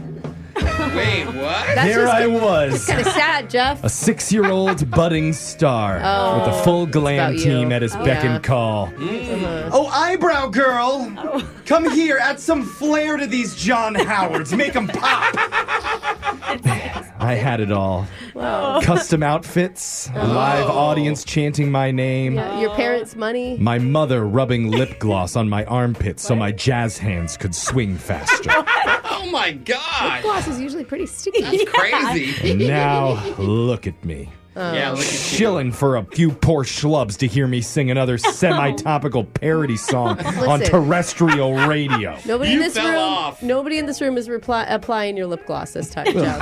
Speaker 3: Wait, what?
Speaker 6: That's
Speaker 4: there
Speaker 6: just
Speaker 4: I was.
Speaker 6: kind of sad, Jeff.
Speaker 4: A six year old budding star
Speaker 6: Oh,
Speaker 4: with a full glam
Speaker 6: about you.
Speaker 4: team at his
Speaker 6: Oh,
Speaker 4: beck
Speaker 6: yeah.
Speaker 4: and call.
Speaker 3: Mm.
Speaker 12: Oh, eyebrow girl! Come here, add some flair to these John Howards. Make them pop!
Speaker 4: I had it all
Speaker 6: Wow.
Speaker 4: custom outfits, a live audience chanting my name.
Speaker 6: Oh. Yeah, your parents' money.
Speaker 4: My mother rubbing lip gloss on my armpit so my jazz hands could swing faster.
Speaker 3: oh my god.
Speaker 6: Lip gloss is usually pretty sticky.
Speaker 3: That's crazy.
Speaker 4: And now look at me.
Speaker 6: Oh.
Speaker 3: Yeah, look at you.
Speaker 4: Shilling for a few poor schlubs to hear me sing another semi-topical parody song on
Speaker 6: Listen.
Speaker 4: terrestrial radio.
Speaker 6: Nobody in
Speaker 3: You
Speaker 6: this
Speaker 3: fell
Speaker 6: room.
Speaker 3: off.
Speaker 6: Nobody in this room is reply, applying your lip gloss this time, Jeff.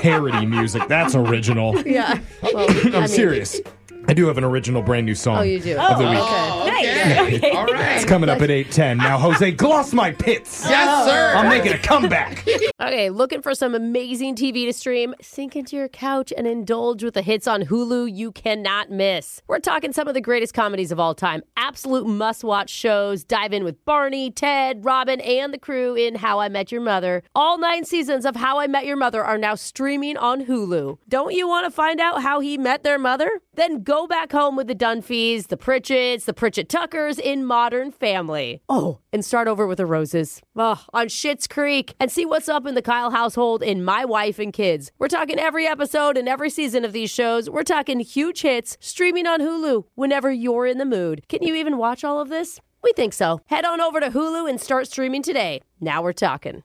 Speaker 4: Parody music, that's original.
Speaker 6: yeah. Well,
Speaker 4: I'm
Speaker 6: I mean-
Speaker 4: serious. I do have an original brand new song.
Speaker 6: Oh, you do.
Speaker 4: Of the week.
Speaker 3: Oh, okay.
Speaker 4: okay.
Speaker 3: All right.
Speaker 4: It's coming up at 8:10. Now Jose gloss my pits.
Speaker 3: Yes, sir.
Speaker 4: I'm making a comeback.
Speaker 2: okay, looking for some amazing TV to stream? Sink into your couch and indulge with the hits on Hulu you cannot miss. We're talking some of the greatest comedies of all time, absolute must watch shows. Dive in with Barney, Ted, Robin, and the crew in How I Met Your Mother. All nine seasons of How I Met Your Mother are now streaming on Hulu. Don't you want to find out how he met their mother? Then go back home with the Dunphys, the Pritchett's, the Pritchett Tuckers in Modern Family. Oh, and start over with the Roses. Ugh, on Schitt's Creek and see what's up in the Kyle household in My Wife and Kids. We're talking every episode and every season of these shows. We're talking huge hits streaming on Hulu whenever you're in the mood. Can you even watch all of this? We think so. Head on over to Hulu and start streaming today. Now we're talking.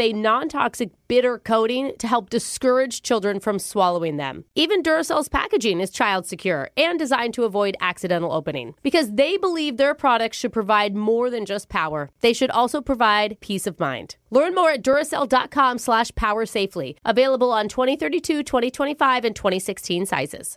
Speaker 2: a non toxic bitter coating to help discourage children from swallowing them. Even Duracell's packaging is child secure and designed to avoid accidental opening because they believe their products should provide more than just power. They should also provide peace of mind. Learn more at Duracell.com slash power safely. Available on 2032, 2025, and 2016 sizes.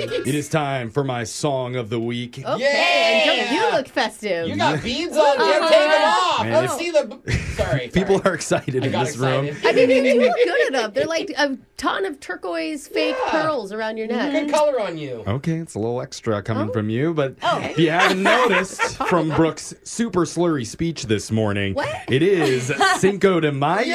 Speaker 4: It is time for my song of the week.
Speaker 2: Okay,
Speaker 7: Yeah.
Speaker 2: and don't you look festive? Uh-huh.
Speaker 4: You got beads
Speaker 7: on,
Speaker 2: Ooh.
Speaker 7: Jim, take 'em off.
Speaker 4: Man,
Speaker 7: Let's
Speaker 4: if-
Speaker 7: see the.
Speaker 4: People are excited in
Speaker 7: got
Speaker 4: this room.
Speaker 2: I mean, you do look good at them. They're like a ton of turquoise fake pearls around your neck.
Speaker 7: Good color on you. Oh.
Speaker 4: Okay, it's a little extra coming from you, but if you haven't noticed from Brooke's super slurry speech this morning, it is Cinco de Mayo.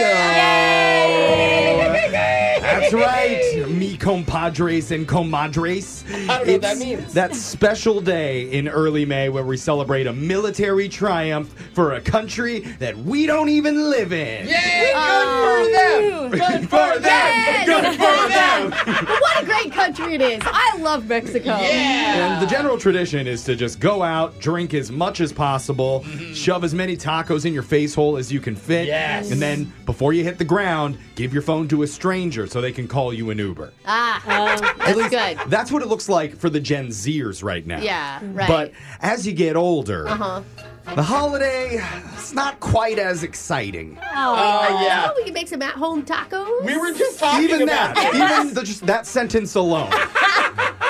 Speaker 4: That's right, me compadres and comadres.
Speaker 7: I don't know what that means.
Speaker 4: That special day in early May where we celebrate a military triumph for a country that we don't even live in.
Speaker 2: Oh,
Speaker 7: Yeah, good for them. Good for them. Good for them.
Speaker 2: what a great country it is. I love Mexico.
Speaker 4: And the general tradition is to just go out, drink as much as possible,
Speaker 2: Mm-hmm.
Speaker 4: shove as many tacos in your face hole as you can fit,
Speaker 7: Yes.
Speaker 4: and then before you hit the ground, give your phone to a stranger so they can call you an Uber.
Speaker 2: Ah, that's good.
Speaker 4: That's what it looks like for the Gen Zers right now.
Speaker 2: Yeah, right.
Speaker 4: But as you get older,
Speaker 2: uh-huh.
Speaker 4: the holiday it's not quite as exciting.
Speaker 2: Oh,
Speaker 4: yeah.
Speaker 2: We can make some at-home tacos.
Speaker 7: We were just talking
Speaker 4: even
Speaker 7: about
Speaker 4: that,
Speaker 7: it.
Speaker 4: even the, just that sentence alone.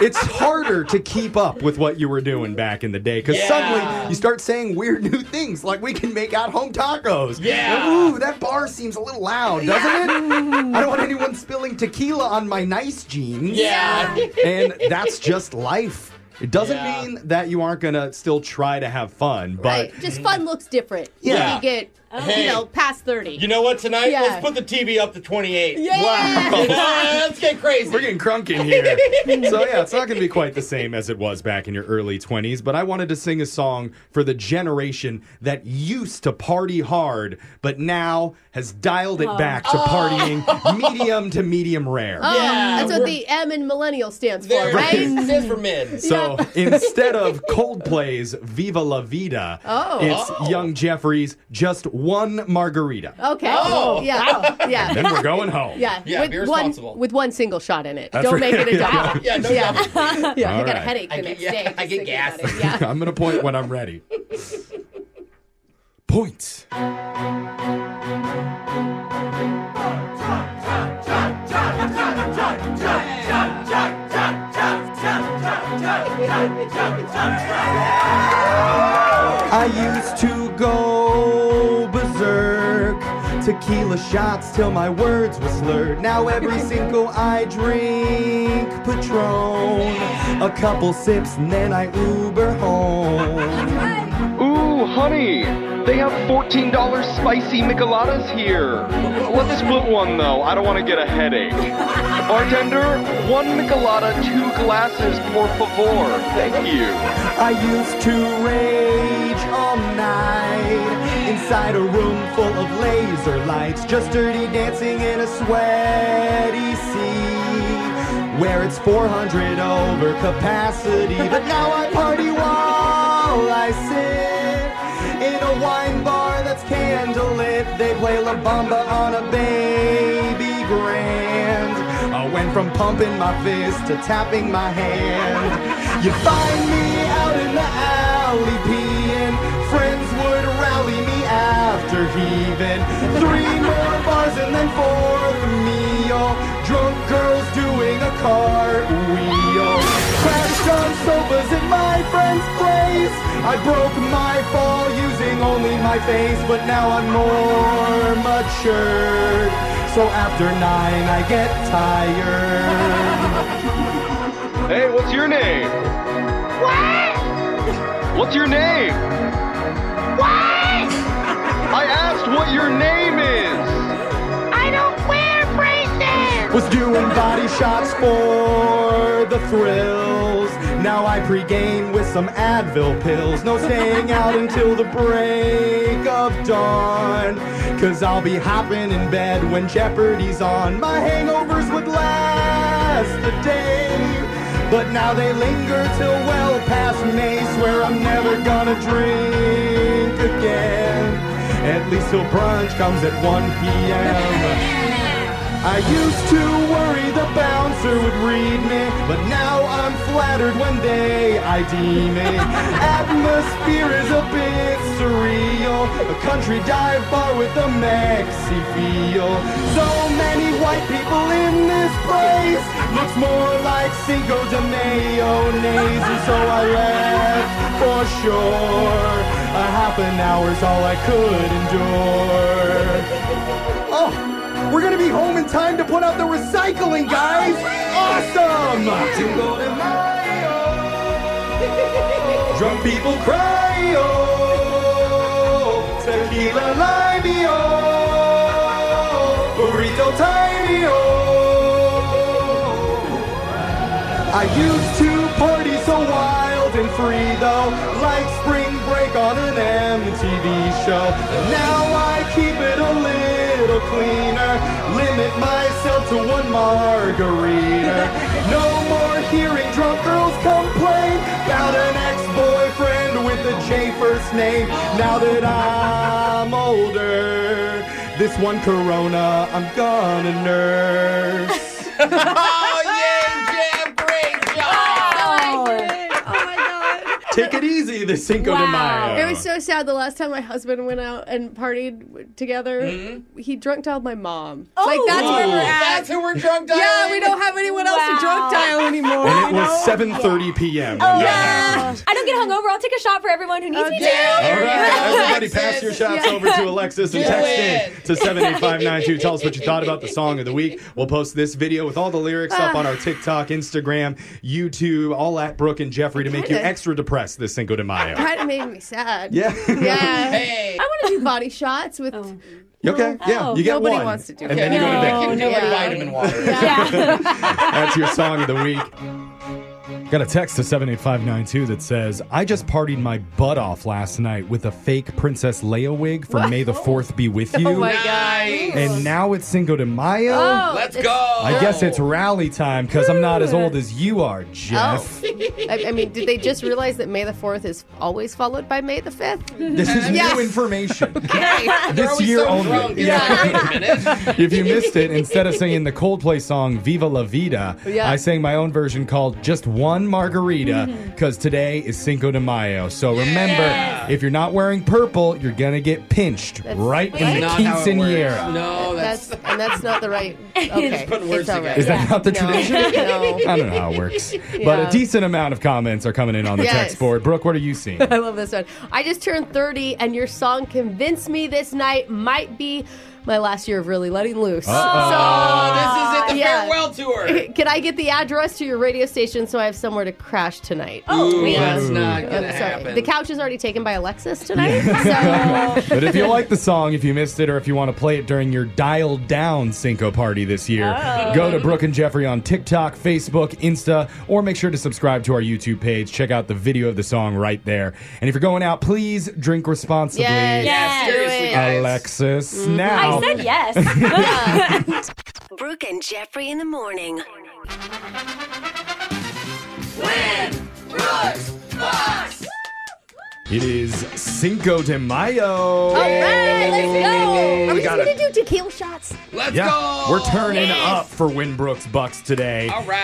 Speaker 4: It's harder to keep up with what you were doing back in the day because
Speaker 7: Yeah.
Speaker 4: suddenly you start saying weird new things like we can make at home tacos.
Speaker 7: Yeah.
Speaker 4: Ooh, that bar seems a little loud, doesn't it? I don't want anyone spilling tequila on my nice jeans.
Speaker 7: Yeah. Yeah.
Speaker 4: And that's just life. It doesn't mean that you aren't going to still try to have fun, but
Speaker 2: Right. Just fun looks different.
Speaker 4: Yeah.
Speaker 2: When you get,
Speaker 4: Hey.
Speaker 2: you know, past 30.
Speaker 7: You know what? Tonight,
Speaker 2: Yeah.
Speaker 7: let's put the TV up to 28.
Speaker 2: Yeah.
Speaker 4: Wow.
Speaker 7: Yeah, let's get crazy.
Speaker 4: We're getting crunk in here. so yeah, it's not going to be quite the same as it was back in your early 20s, but I wanted to sing a song for the generation that used to party hard, but now has dialed it back to partying medium to medium rare.
Speaker 2: Oh,
Speaker 7: Yeah.
Speaker 2: That's what the M in millennial stands for,
Speaker 7: There
Speaker 2: right?
Speaker 7: it is. It is for men.
Speaker 4: So instead of Coldplay's Viva La Vida,
Speaker 2: Oh.
Speaker 4: it's
Speaker 2: Oh.
Speaker 4: Young Jeffrey's Just One Margarita.
Speaker 2: Okay.
Speaker 7: Oh.
Speaker 2: Yeah. Yeah.
Speaker 4: And then we're going home.
Speaker 2: Yeah.
Speaker 4: Yeah, be
Speaker 2: with one,
Speaker 4: responsible.
Speaker 2: with one single shot in it.
Speaker 4: That's
Speaker 2: Don't
Speaker 4: right.
Speaker 2: make it a double.
Speaker 4: Yeah,
Speaker 7: no
Speaker 2: yeah. yeah. I
Speaker 4: All
Speaker 2: got a
Speaker 4: right.
Speaker 2: headache the
Speaker 7: I
Speaker 2: next
Speaker 7: get, yeah,
Speaker 2: day.
Speaker 7: I get gas.
Speaker 4: I'm going to point when I'm ready. Point. I used to go berserk. Tequila shots till my words were slurred. Now every single I drink Patron. A couple sips and then I Uber home.
Speaker 12: Ooh, honey, they have $14 spicy micheladas here. Let us split one though. I don't want to get a headache. Bartender, one michelada, two glasses, por favor. Thank you.
Speaker 4: I used to rage all night inside a room full of laser lights, just dirty dancing in a sweaty sea where it's 400 over capacity. But now I party while I sit in a wine bar that's candlelit. They play La Bamba on a baby grand. I went from pumping my fist to tapping my hand. You find me out in the alley peeing. Friends would rally me after heaving. Three more bars and then fourth meal. Drunk girls doing a cartwheel. Crashed on sofas at my friend's place. I broke my fall using only my face, but now I'm more mature. So after nine, I get tired.
Speaker 12: Hey, what's your name? What? What's your name? What? I asked what your name is.
Speaker 2: I don't wear braces.
Speaker 4: was doing body shots for the thrills. Now I pregame with some Advil pills. No staying out until the break of dawn. Cause I'll be hopping in bed when Jeopardy's on. My hangovers would last the day. But now they linger till well past May. Swear I'm never gonna drink again. At least till brunch comes at 1 p.m. I used to worry the bouncer would read me, but now I'm flattered when they ID me. Atmosphere is a bit surreal, a country dive bar with a maxi feel. So many white people in this place looks more like Cinco de Mayonnaise, and so I left for sure. A half an hour's all I could endure. Oh. We're gonna be home in time to put out the recycling, guys! Awesome! Drunk people cry, oh! Tequila limey, oh! Burrito tiny, oh! I used to party so wild and free though, like spring break on an MTV show. But now I keep it a little cleaner, limit myself to one margarita. No more hearing drunk girls complain about an ex-boyfriend with a J first name. Now that I'm older, this one Corona I'm gonna nurse.
Speaker 2: oh, yeah, great
Speaker 4: Take it easy this Cinco de Mayo.
Speaker 6: It was so sad. The last time my husband went out and partied w- together, he drunk dialed my mom.
Speaker 2: Oh.
Speaker 6: like that's where we're at.
Speaker 3: That's who we're drunk dialing.
Speaker 6: Yeah, we don't have anyone else to drunk dial anymore.
Speaker 4: and it
Speaker 6: you
Speaker 4: was
Speaker 6: know?
Speaker 4: 7.30 p.m.
Speaker 1: Oh,
Speaker 4: when that
Speaker 1: yeah.
Speaker 4: happened.
Speaker 1: I don't get hungover. I'll take a shot for everyone who needs me to.
Speaker 4: All right, everybody pass your shots over to Alexis and
Speaker 1: Do
Speaker 4: text
Speaker 1: it.
Speaker 4: in to 78592. Tell us what you thought about the song of the week. We'll post this video with all the lyrics up on our
Speaker 6: Ah.
Speaker 4: TikTok, Instagram, YouTube, all at Brooke and Jeffrey to make you
Speaker 6: Kinda.
Speaker 4: extra depressed this Cinco de Mayo.
Speaker 6: Kind of made me sad.
Speaker 4: Yeah.
Speaker 6: Yeah. I want to do body shots with.
Speaker 4: You okay? Yeah,
Speaker 6: Oh,
Speaker 4: you get
Speaker 6: nobody
Speaker 4: one.
Speaker 6: wants to do
Speaker 4: and then you go to
Speaker 6: that.
Speaker 4: bed.
Speaker 6: No,
Speaker 3: Nobody
Speaker 6: yeah.
Speaker 3: vitamin water.
Speaker 4: That's your song of the week. Got a text to 78592 that says, I just partied my butt off last night with a fake Princess Leia wig for May the 4th be with you.
Speaker 6: Oh my god.
Speaker 4: And now it's Cinco de Mayo.
Speaker 6: Oh, Let's it's- go.
Speaker 4: I guess it's rally time because I'm not as old as you are, Jeff.
Speaker 6: Oh. I, I mean, did they just realize that May the 4th is always followed by May the 5th?
Speaker 4: This is
Speaker 6: Yes.
Speaker 4: new information.
Speaker 6: Okay.
Speaker 4: this year only. Yeah. if you missed it, instead of singing the Coldplay song Viva La Vida,
Speaker 6: Yeah.
Speaker 4: I sang my own version called Just One Margarita because today is Cinco de Mayo. So remember, if you're not wearing purple, you're going to get pinched right in the
Speaker 3: Not how it works.
Speaker 4: quinceanera.
Speaker 3: No,
Speaker 6: That's, and that's not the right. Okay.
Speaker 3: Oh, putting words
Speaker 6: it's all right.
Speaker 4: Is that not the
Speaker 6: No.
Speaker 4: tradition?
Speaker 6: No.
Speaker 4: I don't know how it works. But
Speaker 6: Yeah.
Speaker 4: a decent amount of comments are coming in on the
Speaker 6: Yes.
Speaker 4: text board. Brooke, what are you seeing?
Speaker 6: I love this one. I just turned 30, and your song convinced me this night might be my last year of really letting loose.
Speaker 2: Uh-oh.
Speaker 6: So,
Speaker 2: Oh, this is it, the farewell
Speaker 3: tour.
Speaker 6: Can I get the address to your radio station so I have somewhere to crash tonight?
Speaker 3: Ooh, that's not
Speaker 6: I'm
Speaker 3: gonna
Speaker 6: sorry.
Speaker 3: happen.
Speaker 6: The couch is already taken by Alexis tonight.
Speaker 4: but if you like the song, if you missed it, or if you want to play it during your dialed down Cinco party this year,
Speaker 6: Oh.
Speaker 4: go to Brooke and Jeffrey on TikTok, Facebook, Insta, or make sure to subscribe to our YouTube page. Check out the video of the song right there. And if you're going out, please drink responsibly.
Speaker 8: Yes, Yes, do seriously, it. guys.
Speaker 4: Alexis, Mm-hmm.
Speaker 6: Mm-hmm.
Speaker 4: now.
Speaker 8: I said yes. Brooke and Jeffrey in the morning.
Speaker 2: Win Brooks Fox.
Speaker 4: It is Cinco de Mayo.
Speaker 6: All right, let's go. Are
Speaker 4: We
Speaker 6: we
Speaker 4: got
Speaker 6: just
Speaker 4: it.
Speaker 6: going to do tequila shots?
Speaker 3: Let's
Speaker 4: yeah, we're turning
Speaker 6: Yes.
Speaker 4: up for Winbrook's Bucks today.
Speaker 3: All right.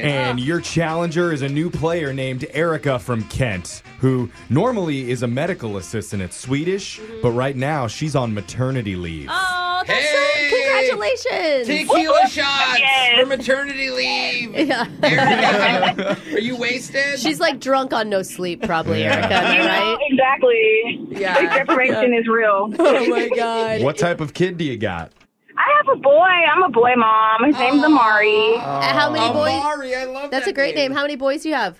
Speaker 3: Ah.
Speaker 6: Ah.
Speaker 4: And your challenger is a new player named Erica from Kent, who normally is a medical assistant at Swedish, but right now she's on maternity leave.
Speaker 6: Mm-hmm. Oh, that's it. Congratulations.
Speaker 3: Tequila shots for maternity leave.
Speaker 6: Yeah.
Speaker 3: Are you wasted?
Speaker 6: She's like drunk on no sleep, probably,
Speaker 4: Yeah.
Speaker 6: Erica. am I
Speaker 4: You know,
Speaker 6: right?
Speaker 13: Exactly.
Speaker 6: Yeah.
Speaker 13: Oh Sleep deprivation is real.
Speaker 6: Oh my god.
Speaker 4: What type of kid do you got?
Speaker 13: I have have a boy. I'm a boy mom. His name's Amari.
Speaker 6: Uh, How many boys?
Speaker 3: I love
Speaker 6: That's a great name. How many boys do you have?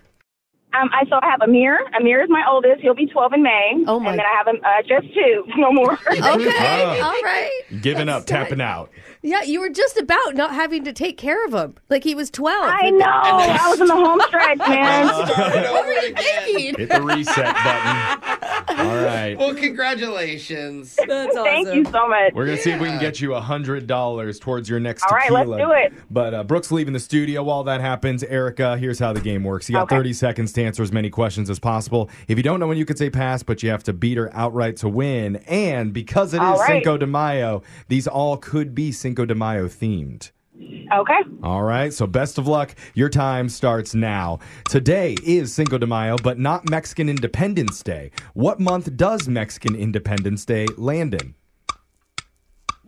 Speaker 13: Um, I so I have Amir. Amir is my oldest. He'll be 12 in May. Oh my. And then I have um, uh, just two, no more. okay.
Speaker 4: Wow.
Speaker 6: All right.
Speaker 4: Giving up, tapping out.
Speaker 6: Yeah, you were just about not having to take care of him. Like he was 12.
Speaker 13: I know. I was in the home stretch, man.
Speaker 6: what were you thinking?
Speaker 4: Hit the reset button. All right.
Speaker 3: Well, congratulations.
Speaker 13: Thank you so much.
Speaker 4: We're going to see if we can get you $100 towards your next
Speaker 13: All right, let's
Speaker 4: tequila.
Speaker 13: do it.
Speaker 4: But uh, Brooke's leaving the studio while that happens. Erica, here's how the game works. You got 30 seconds to answer as many questions as possible. If you don't know when you can say pass, but you have to beat her outright to win. And because it is
Speaker 13: All right.
Speaker 4: Cinco de Mayo, these all could be Cinco de Mayo themed.
Speaker 13: Okay.
Speaker 4: All right, so best of luck. Your time starts now. Today is Cinco de Mayo, but not Mexican Independence Day. What month does Mexican Independence Day land in?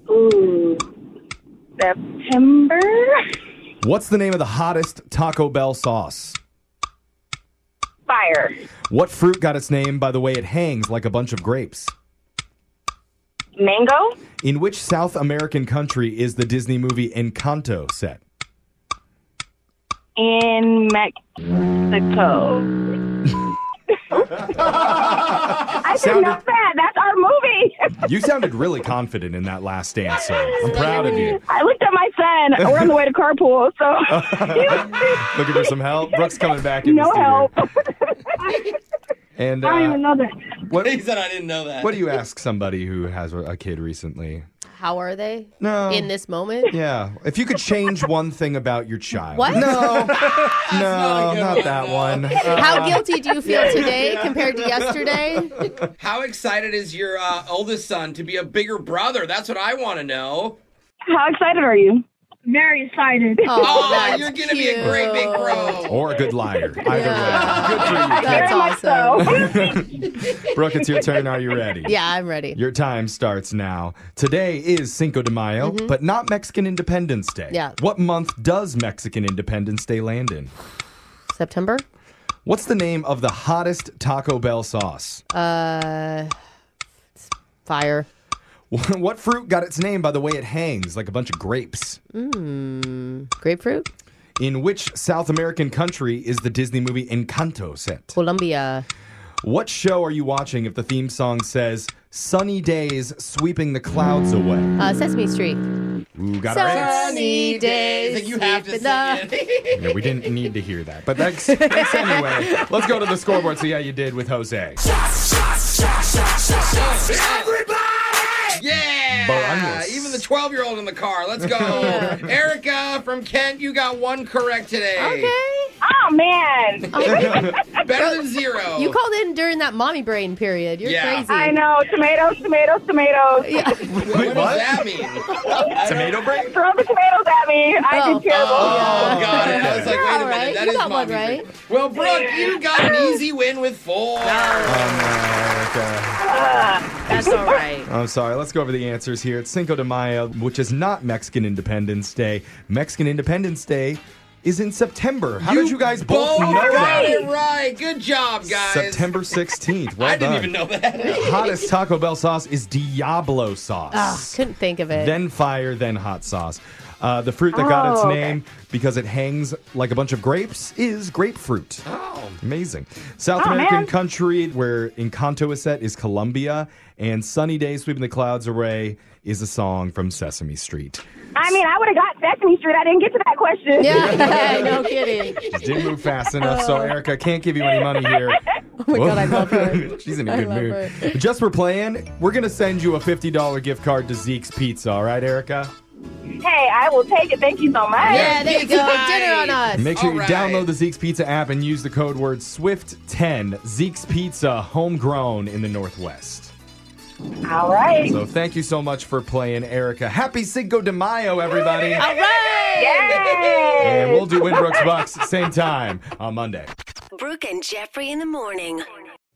Speaker 13: Ooh. September.
Speaker 4: What's the name of the hottest Taco Bell sauce?
Speaker 13: Fire.
Speaker 4: What fruit got its name by the way it hangs like a bunch of grapes?
Speaker 13: Mango.
Speaker 4: In which South American country is the Disney movie Encanto set?
Speaker 13: In Mexico. I did
Speaker 4: Sounded-
Speaker 13: not that. That's our movie.
Speaker 4: You sounded really confident in that last answer. I'm proud of you.
Speaker 13: I looked at my son. We're on the way to carpool, so
Speaker 4: Looking for some help? Brooke's coming back in the
Speaker 13: no
Speaker 4: studio.
Speaker 13: help.
Speaker 4: And
Speaker 13: I don't even
Speaker 4: uh,
Speaker 13: know that.
Speaker 4: what,
Speaker 3: he said I didn't know that.
Speaker 4: what do you ask somebody who has a- a kid recently?
Speaker 6: How are they?
Speaker 4: No.
Speaker 6: In this moment?
Speaker 4: Yeah. If you could change one thing about your child.
Speaker 6: What?
Speaker 4: No, no, not, that one.
Speaker 6: How
Speaker 4: Uh,
Speaker 6: guilty do you feel today compared to yesterday?
Speaker 3: How excited is your uh, oldest son to be a bigger brother? That's what I want to know.
Speaker 13: How excited are you? Very excited.
Speaker 3: Oh, you're going to be a great big bro.
Speaker 4: Or a good liar. Either
Speaker 6: That's awesome.
Speaker 4: way. Brooke, it's your turn. Are you ready?
Speaker 6: Yeah, I'm ready.
Speaker 4: Your time starts now. Today is Cinco de Mayo,
Speaker 6: Mhm.
Speaker 4: but not Mexican Independence Day.
Speaker 6: Yeah.
Speaker 4: What month does Mexican Independence Day land in?
Speaker 6: September?
Speaker 4: What's the name of the hottest Taco Bell sauce?
Speaker 6: Uh, it's fire.
Speaker 4: What fruit got its name by the way it hangs, like a bunch of grapes?
Speaker 6: Mm, grapefruit?
Speaker 4: In which South American country is the Disney movie Encanto set?
Speaker 6: Colombia.
Speaker 4: What show are you watching if the theme song says "Sunny days sweeping the clouds away"?
Speaker 6: Uh, Sesame Street.
Speaker 4: Ooh, got it right.
Speaker 6: Sunny days. Like you have to
Speaker 4: Yeah, we didn't need to hear that, but thanks, thanks anyway. Let's go to the scoreboard. See how you did with Jose.
Speaker 3: Yeah,
Speaker 4: Bonus.
Speaker 3: even the 12 year old in the car. Let's go. Erica from Kent, you got one correct today.
Speaker 6: Okay.
Speaker 13: Oh, man.
Speaker 3: Better than zero.
Speaker 6: You called in during that mommy brain period. You're
Speaker 3: Yeah.
Speaker 6: crazy.
Speaker 13: I know. Tomatoes, tomatoes, tomatoes.
Speaker 4: Wait, what?
Speaker 3: that mean?
Speaker 4: Tomato break?
Speaker 13: Throw the tomatoes at me. I did terrible.
Speaker 3: Oh, God. I was like, wait a minute.
Speaker 6: right.
Speaker 3: that
Speaker 6: You
Speaker 3: is
Speaker 6: got one
Speaker 3: mommy
Speaker 6: right.
Speaker 3: break. Well, Brooke, you got an easy win with four.
Speaker 4: Um, uh, Okay.
Speaker 6: That's all right.
Speaker 4: I'm sorry. Let's go over the answers here. It's Cinco de Mayo, which is not Mexican Independence Day. Mexican Independence Day is in September. How did you guys both, know
Speaker 3: got
Speaker 4: that?
Speaker 3: it right. Good job, guys.
Speaker 4: September 16th. Well
Speaker 3: I didn't
Speaker 4: done.
Speaker 3: even know that.
Speaker 4: Hottest Taco Bell sauce is Diablo sauce.
Speaker 6: Ugh, couldn't think of it.
Speaker 4: Then fire, then hot sauce. Uh, the fruit that got its
Speaker 6: Oh, okay.
Speaker 4: name because it hangs like a bunch of grapes is grapefruit.
Speaker 3: Oh.
Speaker 4: Amazing. South
Speaker 13: Oh,
Speaker 4: American
Speaker 13: man.
Speaker 4: country where Encanto is set is Colombia, and Sunny Day Sweeping the Clouds Away is a song from Sesame Street.
Speaker 13: I mean, I would have got Sesame Street. I didn't get to that question.
Speaker 6: Yeah, no kidding.
Speaker 4: She didn't move fast enough, so Erica can't give you any money here. Oh my
Speaker 6: Oh. God, I love her.
Speaker 4: She's in a
Speaker 6: I
Speaker 4: good
Speaker 6: love
Speaker 4: mood. Just for playing, we're gonna send you a fifty dollar gift card to Zeke's Pizza. All right, Erica.
Speaker 13: Hey, I will take it. Thank you so much.
Speaker 6: Yeah, there you go. Dinner on us.
Speaker 4: Make sure
Speaker 6: All
Speaker 4: you
Speaker 6: right.
Speaker 4: download the Zeke's Pizza app and use the code word SWIFT10. Zeke's Pizza, homegrown in the Northwest.
Speaker 13: All right.
Speaker 4: So thank you so much for playing, Erica. Happy Cinco de Mayo, everybody.
Speaker 6: All right.
Speaker 4: And we'll do Winbrook's Bucks same time on Monday.
Speaker 2: Brooke and Jeffrey in the morning.